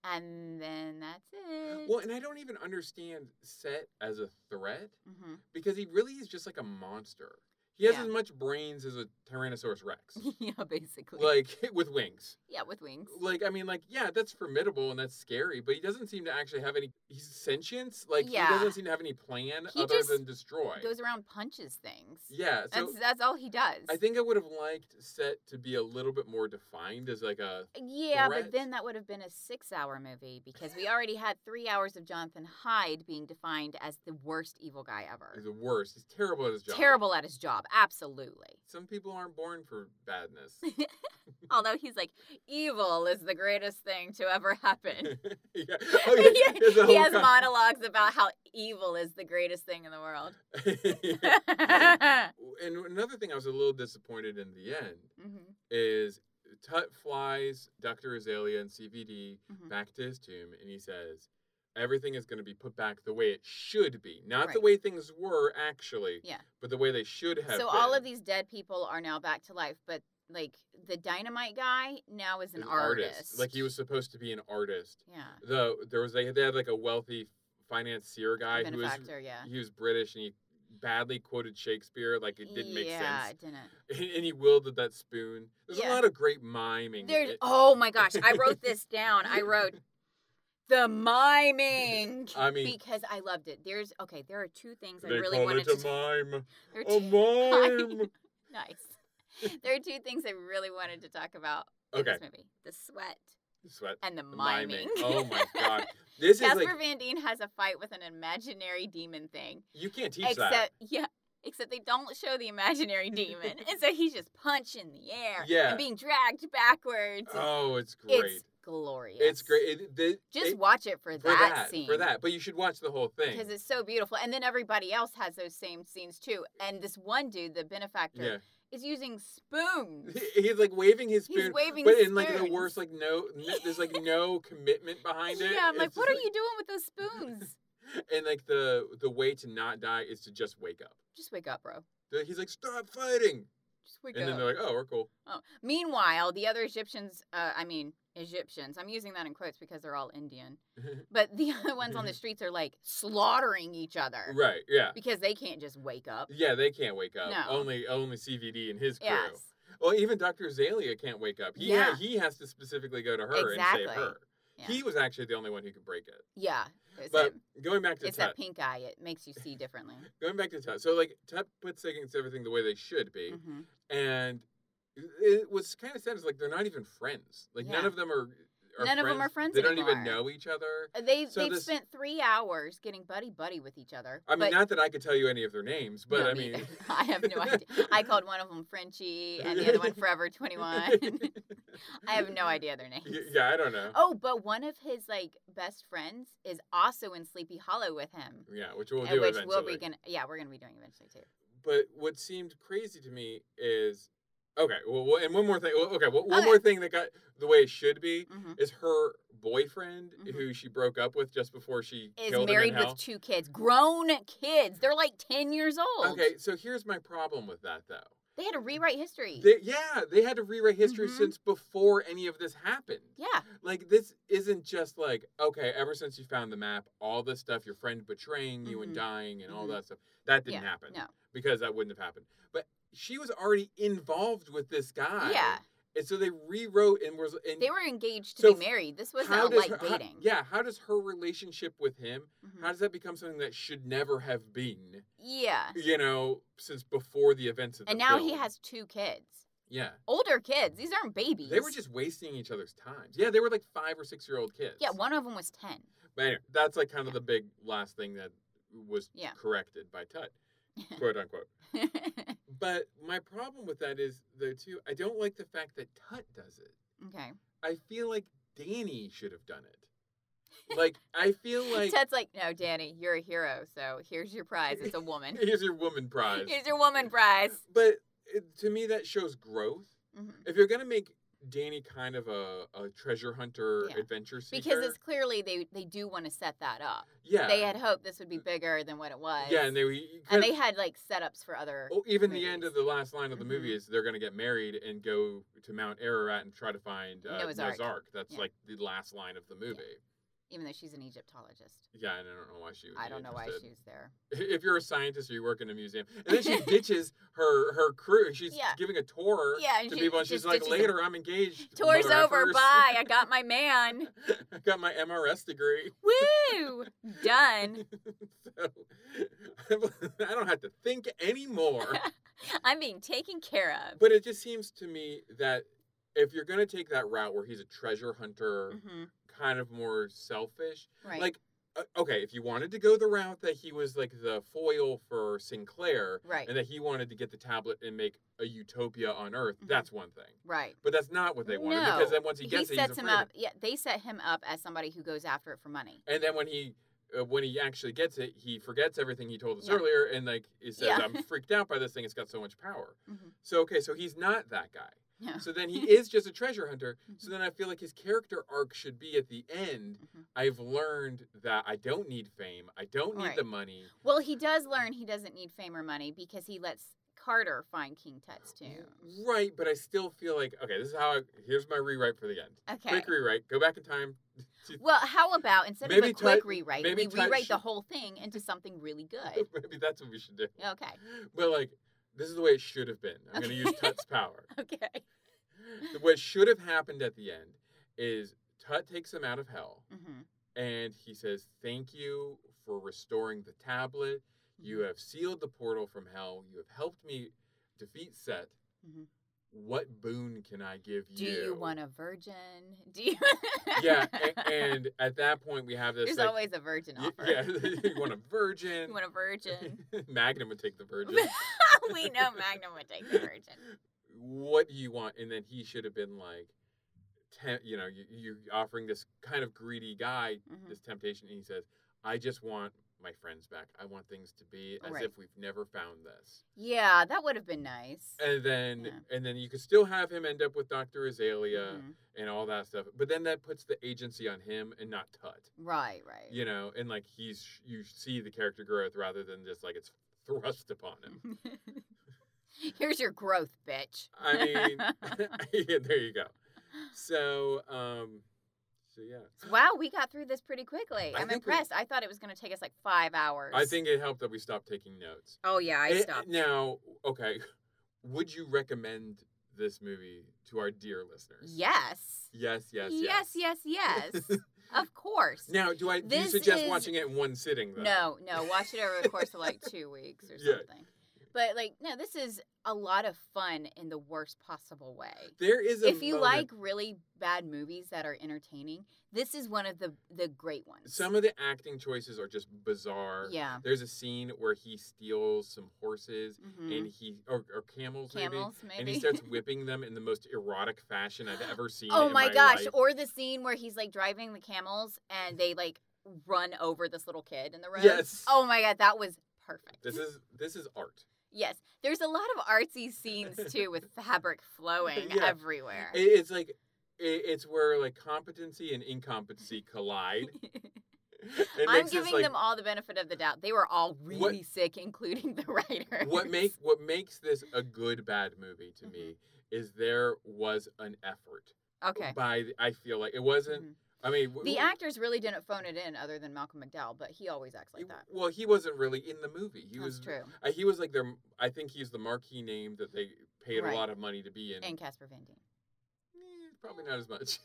S2: and then that's it.
S3: well, and I don't even understand Set as a threat
S2: hmm
S3: because he really is just like a monster. He has
S2: Yeah.
S3: as much brains as a Tyrannosaurus Rex,
S2: [LAUGHS] [LAUGHS] yeah, basically.
S3: like [LAUGHS] with wings.
S2: yeah, with wings.
S3: like I mean, like yeah, that's formidable and that's scary, but he doesn't seem to actually have any. He's sentience. Like he
S2: Yeah.
S3: doesn't seem to have any plan
S2: He
S3: other
S2: just
S3: than destroy.
S2: Goes around punches things.
S3: yeah, so
S2: that's that's all he does.
S3: I think I would have liked Set to be a little bit more defined as like a
S2: Uh, Yeah,
S3: threat.
S2: but then that would have been a six-hour movie because we already had three hours of Jonathan Hyde being defined as the worst evil guy
S3: he's
S2: ever.
S3: the worst. He's terrible at his job.
S2: Terrible at his job,
S3: [LAUGHS]
S2: absolutely.
S3: Some people aren't born for badness.
S2: [LAUGHS]
S3: [LAUGHS]
S2: Although he's like, evil is the greatest thing to ever happen. [LAUGHS]
S3: yeah. [LAUGHS] Oh, yeah. He has a
S2: he
S3: whole
S2: has
S3: con-
S2: monologues about how evil is the greatest thing in the
S3: [LAUGHS]
S2: world. [LAUGHS]
S3: and another thing I was a little disappointed in the end
S2: Mhm,
S3: is Tut flies Dr. Azalea and CVD
S2: mhm.
S3: back to his tomb and he says, Everything is going to be put back the way it should be. Not the
S2: Right.
S3: way things were, actually,
S2: Yeah.
S3: but the way they should have
S2: So all of
S3: been.
S2: these dead people are now back to life, but like the dynamite guy now is an,
S3: He's
S2: artist.
S3: Like he was supposed to be an artist.
S2: Yeah.
S3: Though there was they, they had like a wealthy financier guy who was
S2: Benefactor, yeah.
S3: he was British and he badly quoted Shakespeare, like it didn't make
S2: yeah,
S3: sense.
S2: it didn't.
S3: [LAUGHS] And, and he wielded that spoon. There's
S2: Yeah.
S3: a lot of great miming. in
S2: There's
S3: it.
S2: oh my gosh, I wrote
S3: [LAUGHS]
S2: this down. I wrote the miming.
S3: I mean-
S2: because I loved it. There's okay. There are two things I
S3: they
S2: really
S3: call
S2: wanted [LAUGHS]
S3: it oh,
S2: to.
S3: a mime.
S2: there are
S3: A
S2: two-
S3: mime.
S2: [LAUGHS] nice. There are two things I really wanted to talk about in
S3: okay,
S2: this movie: the sweat
S3: sweat.
S2: and the miming.
S3: Miming. Oh
S2: [LAUGHS]
S3: my god. This is
S2: Casper
S3: like
S2: Van Dien has a fight with an imaginary demon thing.
S3: You can't teach
S2: except [LAUGHS]
S3: that.
S2: yeah. Except they don't show the imaginary demon.
S3: [LAUGHS]
S2: and so he's just punching the air
S3: Yeah.
S2: and being dragged backwards.
S3: Oh, it's great.
S2: it's
S3: It's,
S2: glorious.
S3: great. It, the-
S2: Just
S3: it-
S2: watch it for,
S3: for
S2: that,
S3: that
S2: scene.
S3: for that. But you should watch the whole thing.
S2: Because it's so beautiful. And then everybody else has those same scenes too. And this one dude, the benefactor,
S3: yeah,
S2: is using
S3: [LAUGHS]
S2: spoons.
S3: he's like waving his
S2: He's
S3: spoon,
S2: waving
S3: but in like the
S2: spoons.
S3: worst, like no,
S2: [LAUGHS]
S3: n- there's like no commitment behind it.
S2: yeah, I'm like,
S3: It's
S2: what are
S3: just
S2: you doing with those spoons? [LAUGHS]
S3: like- [LAUGHS] And like the the way to not die is to just wake up.
S2: Just wake up, bro.
S3: They're- He's like, stop fighting,
S2: Just wake
S3: and then
S2: up.
S3: they're like, oh, we're cool. [LAUGHS]
S2: oh. Meanwhile, the other Egyptians, uh, I mean, Egyptians. I'm using that in quotes because they're all Indian. But the [LAUGHS] other ones on the streets are like slaughtering each other
S3: Mm-hmm. right, yeah.
S2: because they can't just wake up.
S3: Yeah, they can't wake up.
S2: No.
S3: Only only CVD and his crew.
S2: Yes.
S3: Well, even Dr. Azalea can't wake up. He,
S2: Yeah.
S3: he has to specifically go to her and save
S2: Exactly.
S3: her.
S2: Yeah.
S3: He was actually the only one who could break it.
S2: Yeah. It's,
S3: But
S2: that-
S3: going back to
S2: it's that
S3: Tut,
S2: pink eye. It makes you see
S3: [LAUGHS]
S2: differently.
S3: going back to Tut, so like Tut puts against everything the way they should be,
S2: Mhm.
S3: and it was kind of sad. Is like they're not even friends. Like none
S2: Yeah.
S3: of them are. are
S2: None of 'em are friends
S3: They don't even
S2: anymore.
S3: know each other.
S2: Uh, They
S3: So
S2: they've
S3: this-
S2: spent three hours getting buddy buddy with each other.
S3: I mean,
S2: but
S3: not that I could tell you any of their names, but
S2: No,
S3: I
S2: me
S3: mean,
S2: either. [LAUGHS] I have
S3: [LAUGHS]
S2: no idea. I called one of them Frenchie and the other one Forever Twenty One. [LAUGHS] I have
S3: [LAUGHS]
S2: no idea their names.
S3: Y- yeah, I don't know.
S2: Oh, but one of his like best friends is also in Sleepy Hollow with him,
S3: Yeah, which we'll
S2: uh,
S3: do
S2: which
S3: eventually.
S2: we'll be gonna yeah we're gonna be doing eventually too.
S3: but what seemed crazy to me is okay well well, and one more thing well, okay well, one
S2: Okay.
S3: more thing that got the way it should be
S2: Mhm.
S3: is her boyfriend
S2: Mhm.
S3: who she broke up with just before she
S2: Is
S3: killed
S2: married
S3: him in hell.
S2: with two kids, grown kids. They're like ten years old.
S3: okay so here's my problem with that though
S2: they had to rewrite history.
S3: they, yeah they had to rewrite history
S2: Mhm.
S3: since before any of this happened
S2: yeah,
S3: like this isn't just like okay ever since you found the map all this stuff your friend betraying you
S2: Mhm.
S3: and dying and all
S2: Mhm.
S3: that stuff that didn't
S2: Yeah,
S3: happen
S2: no.
S3: because that wouldn't have happened but she was already involved with this guy
S2: yeah.
S3: And so they rewrote and was and
S2: They were engaged to
S3: So
S2: be married. This was
S3: how
S2: not
S3: does
S2: like
S3: her- how-
S2: dating.
S3: yeah, how does her relationship with him?
S2: Mhm.
S3: How does that become something that should never have been?
S2: Yeah.
S3: You know, since before the events of
S2: And
S3: the
S2: now he
S3: film.
S2: has two kids.
S3: yeah.
S2: Older kids. These aren't babies.
S3: They were just wasting each other's times. Yeah, they were like five or six year old kids.
S2: Yeah, one of them was 10. [LAUGHS]
S3: But anyway, that's like kind of the big last thing that was
S2: Yeah.
S3: corrected
S2: [LAUGHS]
S3: by Tut, quote unquote. But my problem with that is though too, I don't like the fact that Tut does it.
S2: okay.
S3: I feel like Danny should have done it. Like I
S2: [LAUGHS]
S3: feel like
S2: Ted's like, no, Danny, you're a hero. So here's your prize. It's a
S3: [LAUGHS]
S2: woman.
S3: Here's your woman prize.
S2: here's your woman prize.
S3: But it, to me, that shows growth.
S2: hmm
S3: If you're gonna make Danny kind of a, a treasure hunter,
S2: Yeah.
S3: adventure seeker,
S2: Because it's clearly they, they do want to set that up.
S3: yeah, Mm.
S2: They had hoped this would be bigger than what it was.
S3: yeah, and they
S2: And they had like setups for other.
S3: oh, even the end of the
S2: movies.
S3: last line of the movie
S2: Mm-hmm.
S3: is they're gonna get married and go to Mount Ararat and try to find uh,
S2: Noah's Ark.
S3: That's
S2: Yeah.
S3: like the last line of the movie.
S2: Even though she's an Egyptologist.
S3: Yeah, and I don't know why she. Would
S2: I
S3: be
S2: don't know why
S3: interested.
S2: she was there.
S3: [LAUGHS] If you're a scientist or you work in
S2: [LAUGHS]
S3: a museum, and then she ditches her her crew. She's
S2: Yeah.
S3: giving a tour
S2: Yeah, and
S3: to
S2: she
S3: people, and
S2: just
S3: she's like,
S2: ditches them.
S3: "Later, I'm engaged."
S2: Tour's
S3: mother
S2: over.
S3: effers." [LAUGHS]
S2: Bye. I got my man.
S3: I got my MRS degree.
S2: Woo! Done.
S3: [LAUGHS] so I don't have to think anymore.
S2: I'm being taken care of.
S3: but it just seems to me that if you're going to take that route where he's a treasure hunter,
S2: hmm
S3: kind of more selfish,
S2: Right.
S3: like, uh, okay, if you wanted to go the route that he was like the foil for Sinclair
S2: right.
S3: and that he wanted to get the tablet and make a utopia on Earth,
S2: Mhm. that's
S3: that's one thing.
S2: right.
S3: But that's not what they wanted
S2: No.
S3: because then once he gets it,
S2: sets
S3: he's
S2: him
S3: afraid of
S2: up. Yeah, they set him up as somebody who goes after it for money.
S3: And then when he uh, when he actually gets it, he forgets everything he told us
S2: Yeah.
S3: earlier, and like he says,
S2: Yeah. [LAUGHS]
S3: "I'm freaked out by this thing. It's got so much power."
S2: Mhm.
S3: So okay, so he's not that guy.
S2: Yeah.
S3: So then
S2: [LAUGHS]
S3: he is just a treasure hunter. So then I feel like his character arc should be at the end.
S2: Mhm.
S3: I've learned that I don't need fame. I don't need
S2: Right.
S3: the money.
S2: Well, he does learn he doesn't need fame or money because he lets Carter find King Tut's tomb.
S3: Right, but I still feel like okay. This is how. I, here's my rewrite for the end.
S2: Okay.
S3: Quick rewrite. Go back in time. [LAUGHS]
S2: well, how about instead of
S3: Maybe
S2: a quick
S3: Tut-
S2: rewrite,
S3: maybe
S2: we
S3: Tut
S2: rewrite the
S3: should-
S2: whole thing into something really
S3: [LAUGHS]
S2: good?
S3: Maybe that's what we should do.
S2: Okay.
S3: But like, this is the way it should have been. I'm going to use
S2: Okay. [LAUGHS]
S3: Tut's power.
S2: Okay.
S3: what should have happened at the end is Tut takes him out of hell
S2: hmm
S3: and he says, Thank you for restoring the tablet.
S2: Mm-hmm.
S3: You have sealed the portal from hell. You have helped me defeat Set.
S2: Mhm.
S3: What boon can I give
S2: Do
S3: you?
S2: you want a virgin? Do you? [LAUGHS]
S3: yeah, and, and at that point we have this.
S2: There's
S3: like,
S2: always a virgin
S3: y-
S2: offer.
S3: yeah, [LAUGHS] you want a
S2: [LAUGHS]
S3: virgin?
S2: you want a virgin?
S3: [LAUGHS]
S2: [LAUGHS]
S3: Magnum would take the virgin.
S2: we know Magnum would take
S3: [LAUGHS]
S2: the virgin.
S3: what do you want? And then he should have been like, tem- you know, you, you offering this kind of greedy guy
S2: Mhm.
S3: this temptation, and he says, "I just want my friends back. I want things to be as
S2: Right.
S3: if we've never found this."
S2: Yeah, that would have been nice.
S3: And then,
S2: Yeah.
S3: and then you could still have him end up with Doctor Azalea
S2: Mhm.
S3: and all that stuff, but then that puts the agency on him and not Tut,
S2: Right, right.
S3: you know, and like he's you see the character growth rather than just like it's [LAUGHS] thrust upon him.
S2: [LAUGHS] Here's your growth, bitch. [LAUGHS]
S3: [LAUGHS] I mean, yeah, there you go. So, um, so yeah.
S2: Wow, we got through this pretty quickly.
S3: I
S2: I'm
S3: think we-
S2: impressed. I thought it was going to take us like five hours.
S3: I think it helped that we stopped taking notes.
S2: Oh yeah, I
S3: Eh,
S2: stopped.
S3: now, okay, [LAUGHS] would you recommend this movie to our dear listeners?
S2: Yes.
S3: Yes, yes,
S2: Yes. Yes. Yes.
S3: [LAUGHS]
S2: of course.
S3: now, do I? Do you
S2: This
S3: suggest
S2: is-
S3: watching it in one sitting though?
S2: No, no, watch it over the course of like two weeks or
S3: [LAUGHS] Yeah.
S2: something. But like, no, this is a lot of fun in the worst possible way.
S3: There is a
S2: If you
S3: moment-
S2: like really bad movies that are entertaining, this is one of the the great ones.
S3: some of the acting choices are just bizarre.
S2: yeah,
S3: There's a scene where he steals some horses
S2: mhm.
S3: and he or, or camels,
S2: camels
S3: maybe,
S2: maybe. [LAUGHS]
S3: and he starts whipping them in the most erotic fashion I've ever seen.
S2: oh
S3: in
S2: my gosh!
S3: life.
S2: Or the scene where he's like driving the camels and they like run over this little kid in the road.
S3: Yes.
S2: Oh my god, that was perfect.
S3: This is this is art.
S2: yes. There's a lot of artsy scenes too with fabric flowing
S3: Yeah.
S2: everywhere. [LAUGHS]
S3: It, it's like it, it's where like competency and incompetency
S2: [LAUGHS]
S3: collide. [LAUGHS] It
S2: I'm
S3: makes this,
S2: giving
S3: like,
S2: them [LAUGHS] all the benefit of the doubt. They were all really
S3: What-
S2: sick, including the [LAUGHS] writer.
S3: what make what makes this a good bad movie
S2: Mm-hmm.
S3: to me is there was an effort
S2: okay?
S3: by the- I feel like it wasn't.
S2: Mhm.
S3: I mean, w-
S2: The
S3: w-
S2: actors really didn't phone it in, other than Malcolm McDowell, but he always acts
S3: he-
S2: like that.
S3: Well, he wasn't really in the movie. He
S2: That's
S3: was
S2: true.
S3: Uh, he was like their. I think he's the marquee name that they paid
S2: Right.
S3: a lot of money to be in.
S2: And Casper Van Dien.
S3: Eh, probably not as much.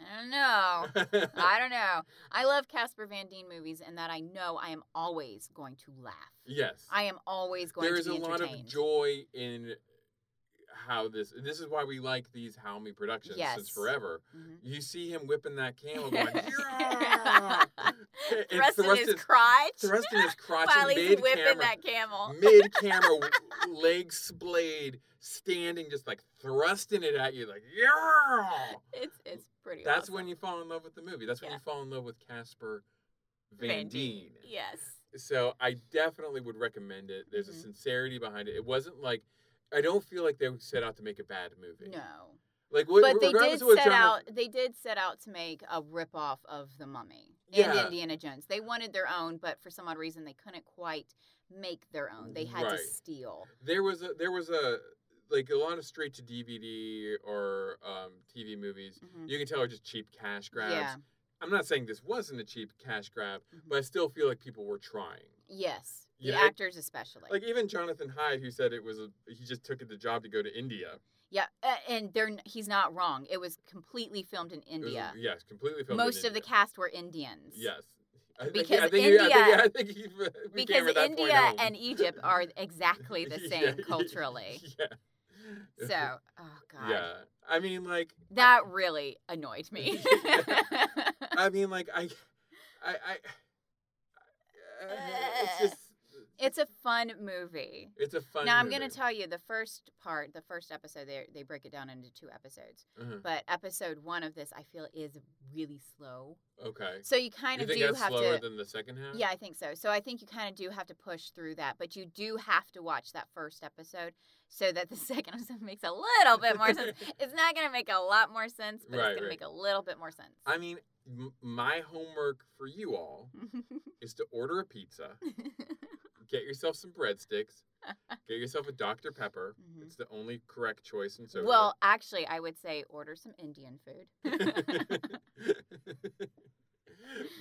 S2: I don't know.
S3: [LAUGHS]
S2: I don't know. I love Casper Van Dien movies, and that I know I am always going to laugh.
S3: yes,
S2: I am always going
S3: there
S2: to
S3: is a
S2: be
S3: lot of
S2: entertained.
S3: joy in how this. This is why we like these Halmy productions
S2: Yes.
S3: since forever.
S2: Mhm.
S3: You see him whipping that
S2: [LAUGHS]
S3: camel, going, yeah! And
S2: Thrusting
S3: thrust
S2: his,
S3: his-
S2: crotch
S3: thrusting his crotch
S2: while he's
S3: mid
S2: whipping
S3: camera, Mm.
S2: that camel.
S3: mid camera, legs splayed, standing, just like thrusting it at you, like yeah.
S2: It's it's pretty.
S3: That's
S2: awesome.
S3: when you fall in love with the movie. That's when
S2: Yeah.
S3: you fall in love with Casper Van,
S2: Van
S3: Dien.
S2: Yes.
S3: So I definitely would recommend it. There's
S2: Mhm.
S3: a sincerity behind it. It wasn't like I don't feel like they set out to make a bad movie.
S2: No.
S3: Like what,
S2: but they did
S3: regardless of what
S2: set
S3: genre-
S2: out they did set out to make a ripoff of the mummy and
S3: Yeah.
S2: indiana jones they wanted their own but for some odd reason they couldn't quite make their own they had to
S3: Right.
S2: steal
S3: There was a there was a like a lot of straight to DVD or um, TV movies.
S2: Mhm.
S3: You can tell are just cheap cash grabs.
S2: yeah
S3: I'm not saying this wasn't a cheap cash grab,
S2: Mhm.
S3: but I still feel like people were trying.
S2: yes the
S3: You know, it-
S2: actors especially
S3: Like even Jonathan Hyde, who said it was a he just took the job to go to India.
S2: yeah uh, and they're n- he's not wrong it was completely filmed in
S3: It was-
S2: india
S3: yes, completely filmed. in
S2: most of the
S3: India.
S2: cast were indians
S3: Yes. I think,
S2: Because
S3: I think you-
S2: India-
S3: I [LAUGHS] think, I think you- we came
S2: because
S3: with that point
S2: india
S3: home.
S2: and egypt
S3: [LAUGHS]
S2: are exactly the
S3: Yeah, [LAUGHS]
S2: same culturally
S3: Yeah. [LAUGHS]
S2: so oh god
S3: Yeah. I mean, like.
S2: that really
S3: [LAUGHS]
S2: annoyed me
S3: I mean, like I, I, I. I- It's just.
S2: [LAUGHS] It's a fun movie.
S3: It's a fun.
S2: now I'm going to tell you the first part, the first episode. They they break it down into two episodes,
S3: uh
S2: but episode one of this I feel is really slow.
S3: Okay.
S2: So you kind
S3: you
S2: of
S3: think
S2: do
S3: that's
S2: have
S3: slower
S2: to.
S3: than the second half?
S2: yeah, I think so. So I think you kind of do have to push through that, but you do have to watch that first episode so that the [LAUGHS] second episode makes a little bit more
S3: [LAUGHS]
S2: sense. It's not going to make a lot more sense, but
S3: Right,
S2: it's going
S3: right.
S2: to make a little bit more sense. [LAUGHS]
S3: I mean, m- my homework for you all
S2: Mm.
S3: is to order
S2: [LAUGHS]
S3: a pizza, get yourself some breadsticks, get yourself a Dr Pepper.
S2: Mhm.
S3: It's the only correct choice in soda.
S2: well, actually, I would say order some Indian food.
S3: [LAUGHS]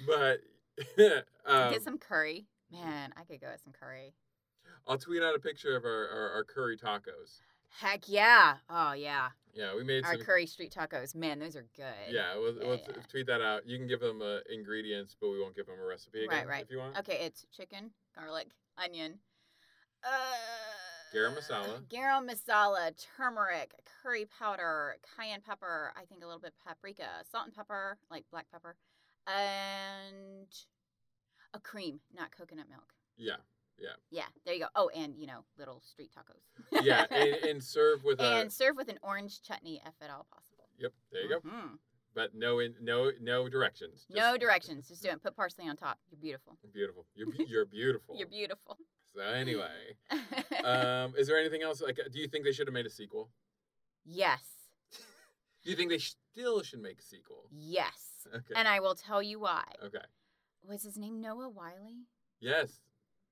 S3: but [LAUGHS] [LAUGHS] um,
S2: [LAUGHS] Get some curry. Man, I could go with some curry.
S3: I'll tweet out a picture of our, our, our curry tacos.
S2: Heck yeah. Oh yeah.
S3: Yeah, we made
S2: Our
S3: some.
S2: curry street tacos. Man, those are good.
S3: Yeah, we'll,
S2: Yeah,
S3: we'll
S2: yeah.
S3: tweet that out. You can give them uh, ingredients, but we won't give them a recipe
S2: Right,
S3: again
S2: right.
S3: if you want.
S2: Okay, it's chicken, garlic, onion, uh,
S3: Garam masala.
S2: garam masala, turmeric, curry powder, cayenne pepper. I think a little bit paprika, salt and pepper, like black pepper, and a cream, not coconut milk.
S3: Yeah,
S2: Yeah, there you go. Oh, and you know, little street tacos. [LAUGHS]
S3: yeah, and, and serve with a.
S2: and serve with an orange chutney if at all possible.
S3: Yep, there you go.
S2: Mhm.
S3: But no, in, no, no directions.
S2: no
S3: just-
S2: directions. Just do it. Put parsley on top. You're beautiful.
S3: [LAUGHS] Beautiful. You're
S2: [LAUGHS]
S3: be- you're beautiful.
S2: You're beautiful. [LAUGHS]
S3: So anyway, um, is there anything else? Like, do you think they should have made a sequel?
S2: yes.
S3: Do you think they still should make a sequel?
S2: Yes.
S3: Okay.
S2: And I will tell you why.
S3: okay.
S2: Was his name Noah Wiley?
S3: Yes.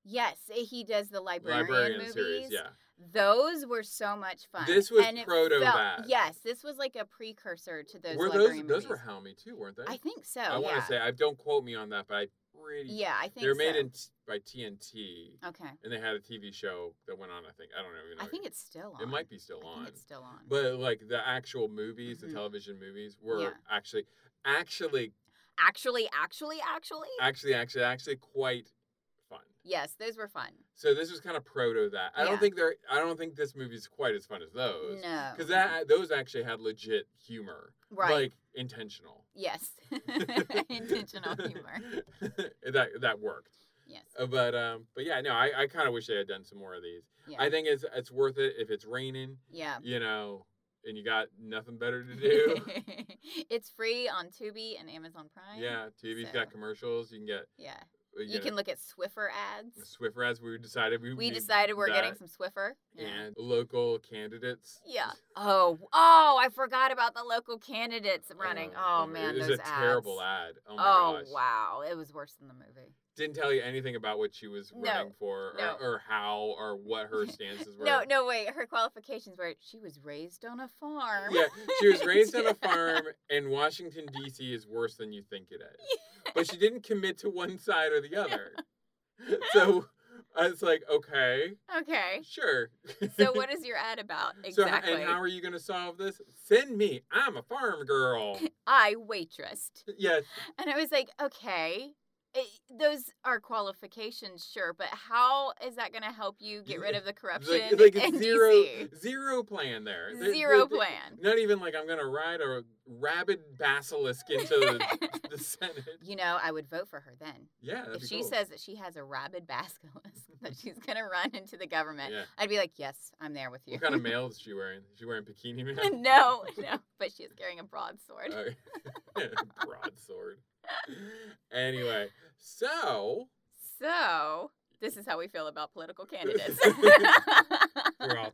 S2: Yes, eh, he does the librarian,
S3: Librarian
S2: movies.
S3: series. Yeah.
S2: Those were so much fun.
S3: This was
S2: And it
S3: proto
S2: felt-
S3: that.
S2: Yes, this was like a precursor to those.
S3: were
S2: Lego
S3: those
S2: movies.
S3: those were Helmy too, weren't they?
S2: I think so.
S3: I want
S2: yeah.
S3: to say I don't quote me on that, but I pretty
S2: Yeah, I think
S3: they were made
S2: so.
S3: in t- by TNT,
S2: Okay,
S3: and they had a TV show that went on. I think I don't even know.
S2: I think it's still on.
S3: it might be still
S2: I
S3: on.
S2: think it's still on.
S3: But like the actual movies,
S2: Mhm.
S3: the television movies were
S2: Yeah.
S3: actually, actually,
S2: actually, actually, actually,
S3: actually, actually, actually quite fun.
S2: yes, those were fun.
S3: So this was kind of proto that. I
S2: Yeah.
S3: don't think they're. I don't think this movie's quite as fun as those.
S2: No,
S3: Because that those actually had legit humor,
S2: right?
S3: like intentional, [LAUGHS]
S2: yes, [LAUGHS] intentional humor.
S3: that that worked.
S2: Yes.
S3: Uh, But um, but yeah, no, I, I kind of wish they had done some more of these.
S2: Yeah.
S3: I think it's it's worth it if it's raining,
S2: yeah.
S3: you know, and you got nothing better
S2: [LAUGHS]
S3: to do.
S2: it's free on Tubi and Amazon Prime.
S3: yeah, TV's
S2: So-
S3: got commercials. You can get uh,
S2: Yeah.
S3: you,
S2: You can look at Swiffer ads.
S3: Swiffer as we decided we
S2: We
S3: need
S2: decided we're getting
S3: that
S2: some Swiffer.
S3: and local candidates.
S2: Yeah. Oh, oh, I forgot about the local candidates running. Oh, man,
S3: uh, it was
S2: those
S3: a terrible
S2: ads.
S3: ad. Oh my
S2: Oh,
S3: gosh.
S2: wow, it was worse than the movie.
S3: Didn't tell you anything about what she was
S2: No,
S3: running for, or,
S2: no.
S3: or how, or what
S2: [LAUGHS]
S3: her stances were.
S2: No, no, wait. Her qualifications were she was raised on a farm.
S3: Yeah, she was raised on a farm, and Washington D.C. is worse than you think it is.
S2: [LAUGHS]
S3: But she didn't commit to one side or the other. [LAUGHS] So I was like, okay,
S2: [LAUGHS]
S3: [LAUGHS]
S2: Okay.
S3: sure.
S2: So what is your ad about
S3: So h-
S2: exactly?
S3: and how are you going to solve this? Send me. I'm a farm
S2: [LAUGHS]
S3: girl.
S2: I waitressed,
S3: yes,
S2: and I was like, okay. it- those are qualifications, sure, but how is that going to help you get rid of the
S3: It's
S2: corruption
S3: like, like
S2: in
S3: it's zero, [LAUGHS]
S2: DC?
S3: zero plan there. There-
S2: Zero
S3: there- there-
S2: plan.
S3: Not even like I'm going to ride a rabid basilisk into
S2: [LAUGHS]
S3: the, the Senate.
S2: You know, I would vote for her then.
S3: Yeah, that'd
S2: if
S3: be
S2: she
S3: cool.
S2: says that she has a rabid basilisk [LAUGHS]
S3: [LAUGHS]
S2: that she's going to run into the government, [LAUGHS]
S3: Yeah.
S2: I'd be like, yes, I'm there with you.
S3: What kind of mail is she wearing? Is she wearing bikini
S2: [LAUGHS]
S3: mail?
S2: no,
S3: [LAUGHS]
S2: no, but she is carrying a broadsword.
S3: Uh, [LAUGHS] broadsword. anyway, so
S2: so, this is how we feel about
S3: [LAUGHS]
S2: political candidates. [LAUGHS]
S3: we're all terrible.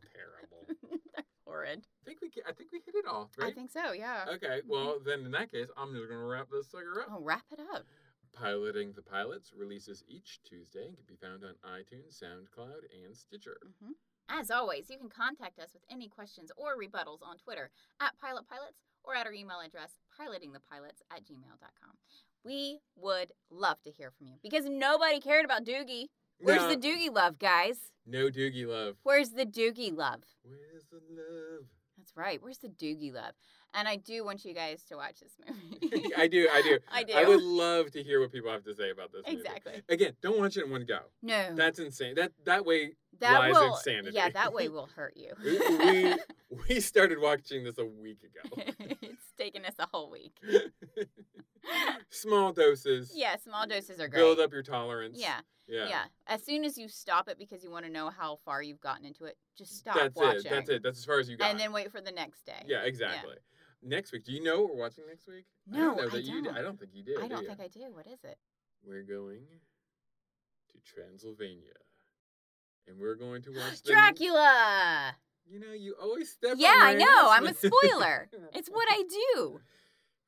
S3: I
S2: Horrid.
S3: think we ca- I think we hit it all, right? Uh,
S2: I think so, Mm-hmm. yeah.
S3: okay, well then in that case, I'm just gonna wrap this sucker up.
S2: Oh, wrap it up.
S3: Piloting the Pilots releases each Tuesday and can be found on iTunes, SoundCloud, and Stitcher.
S2: Mhm. As always, you can contact us with any questions or rebuttals on Twitter at pilotpilots or at our email address, pilotingthepilots at gmail.com. We would love to hear from you because nobody cared about Doogie. Where's
S3: no,
S2: the Doogie love, guys?
S3: No Doogie Love.
S2: Where's the Doogie love?
S3: Where's the love?
S2: That's right. Where's the Doogie love? And I do want you guys to watch this movie.
S3: [LAUGHS] I do, [LAUGHS]
S2: [LAUGHS]
S3: I do.
S2: I do.
S3: I would love to hear what people have to say about this. movie.
S2: exactly.
S3: Again, don't watch it in one go.
S2: No.
S3: That's insane. That that way
S2: that
S3: lies
S2: will,
S3: insanity.
S2: Yeah, that way will hurt you.
S3: [LAUGHS] we we started watching this a week ago.
S2: [LAUGHS] it's taken us a whole week.
S3: [LAUGHS] Small doses.
S2: Yeah, small doses are great.
S3: Build up your tolerance.
S2: Yeah,
S3: Yeah.
S2: yeah, As soon as you stop it because you want to know how far you've gotten into it, just stop
S3: That's
S2: watching.
S3: it. That's it. That's as far as you got.
S2: And then wait for the next day.
S3: yeah, exactly. Next week, do you know what we're watching next week?
S2: No,
S3: I don't know
S2: I
S3: that you. do-
S2: don't.
S3: I don't think you do.
S2: I
S3: do
S2: don't
S3: you?
S2: think I do. What is it?
S3: We're going to Transylvania, and we're
S2: [GASPS]
S3: going to watch the-
S2: Dracula.
S3: You know, you always step. on
S2: Yeah,
S3: my
S2: I know.
S3: [LAUGHS]
S2: I'm a
S3: announcement.
S2: spoiler. It's what I do.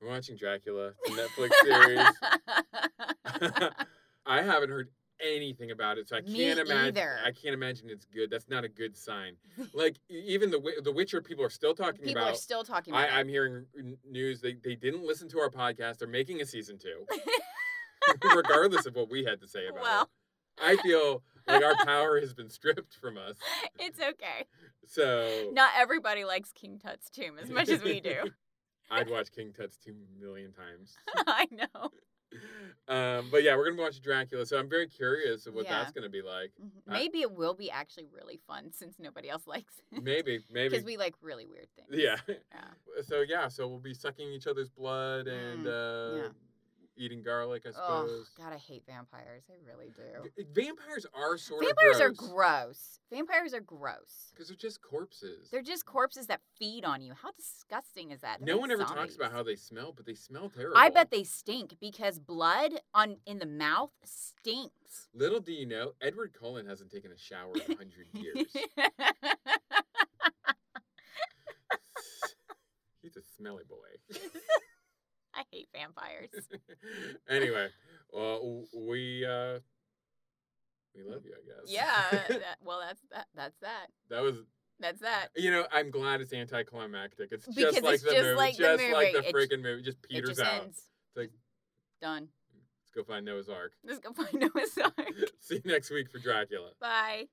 S3: We're watching Dracula, the Netflix
S2: [LAUGHS]
S3: series. [LAUGHS] I haven't heard anything about it, so I
S2: Me
S3: can't imagine.
S2: either.
S3: I can't imagine it's good. That's not a good
S2: [LAUGHS]
S3: sign. Like e- even the Wi- the Witcher people are still talking
S2: People
S3: about.
S2: are still talking about
S3: I,
S2: it.
S3: I'm hearing n- news they they didn't listen to our podcast. They're making a season
S2: [LAUGHS]
S3: two, [LAUGHS] regardless of what we had to say about [LAUGHS] it.
S2: Well.
S3: I feel like
S2: [LAUGHS]
S3: our power has been stripped from us.
S2: It's okay.
S3: So
S2: Not everybody likes King Tut's tomb as much as we
S3: [LAUGHS]
S2: do. [LAUGHS]
S3: I'd watch King Tut's two million times. [LAUGHS]
S2: I know.
S3: Um, but yeah, we're gonna watch Dracula. So I'm very curious of what
S2: Yeah.
S3: that's gonna be
S2: [LAUGHS]
S3: like. I-
S2: Maybe it will be actually really fun since nobody else likes [LAUGHS] it.
S3: Maybe, maybe.
S2: Because we like really weird things.
S3: Yeah. [LAUGHS]
S2: Yeah.
S3: So yeah, so we'll be sucking each other's blood and uh,
S2: Mm, yeah.
S3: eating garlic, I
S2: Oh,
S3: suppose.
S2: God, I hate vampires. I really do.
S3: V- Vampires are sort
S2: Vampires
S3: of
S2: are gross. Vampires are gross.
S3: because they're just corpses.
S2: They're just corpses that feed on you. How disgusting is that? They're
S3: no
S2: like
S3: one ever talks about
S2: zombies.
S3: how they smell, but they smell terrible.
S2: I bet they stink because blood on in the mouth stinks.
S3: Little do you know, Edward Cullen hasn't taken a shower in a
S2: [LAUGHS]
S3: hundred years. [LAUGHS] He's a smelly boy. [LAUGHS]
S2: I hate vampires.
S3: anyway, uh, w- we uh, we love you, I guess.
S2: Yeah.
S3: [LAUGHS]
S2: that- well, that's that. That's that.
S3: that was
S2: That's that.
S3: You know, I'm glad it's anticlimactic. It's just
S2: Because
S3: like
S2: it's
S3: the
S2: just
S3: movie,
S2: like the
S3: just like
S2: movie.
S3: the
S2: It
S3: freaking movie. Just peters
S2: it just
S3: out.
S2: ends.
S3: like-
S2: Done.
S3: Let's go find Noah's Ark. [LAUGHS]
S2: Let's go find [LAUGHS] Noah's Ark.
S3: See you next week for Dracula.
S2: Bye.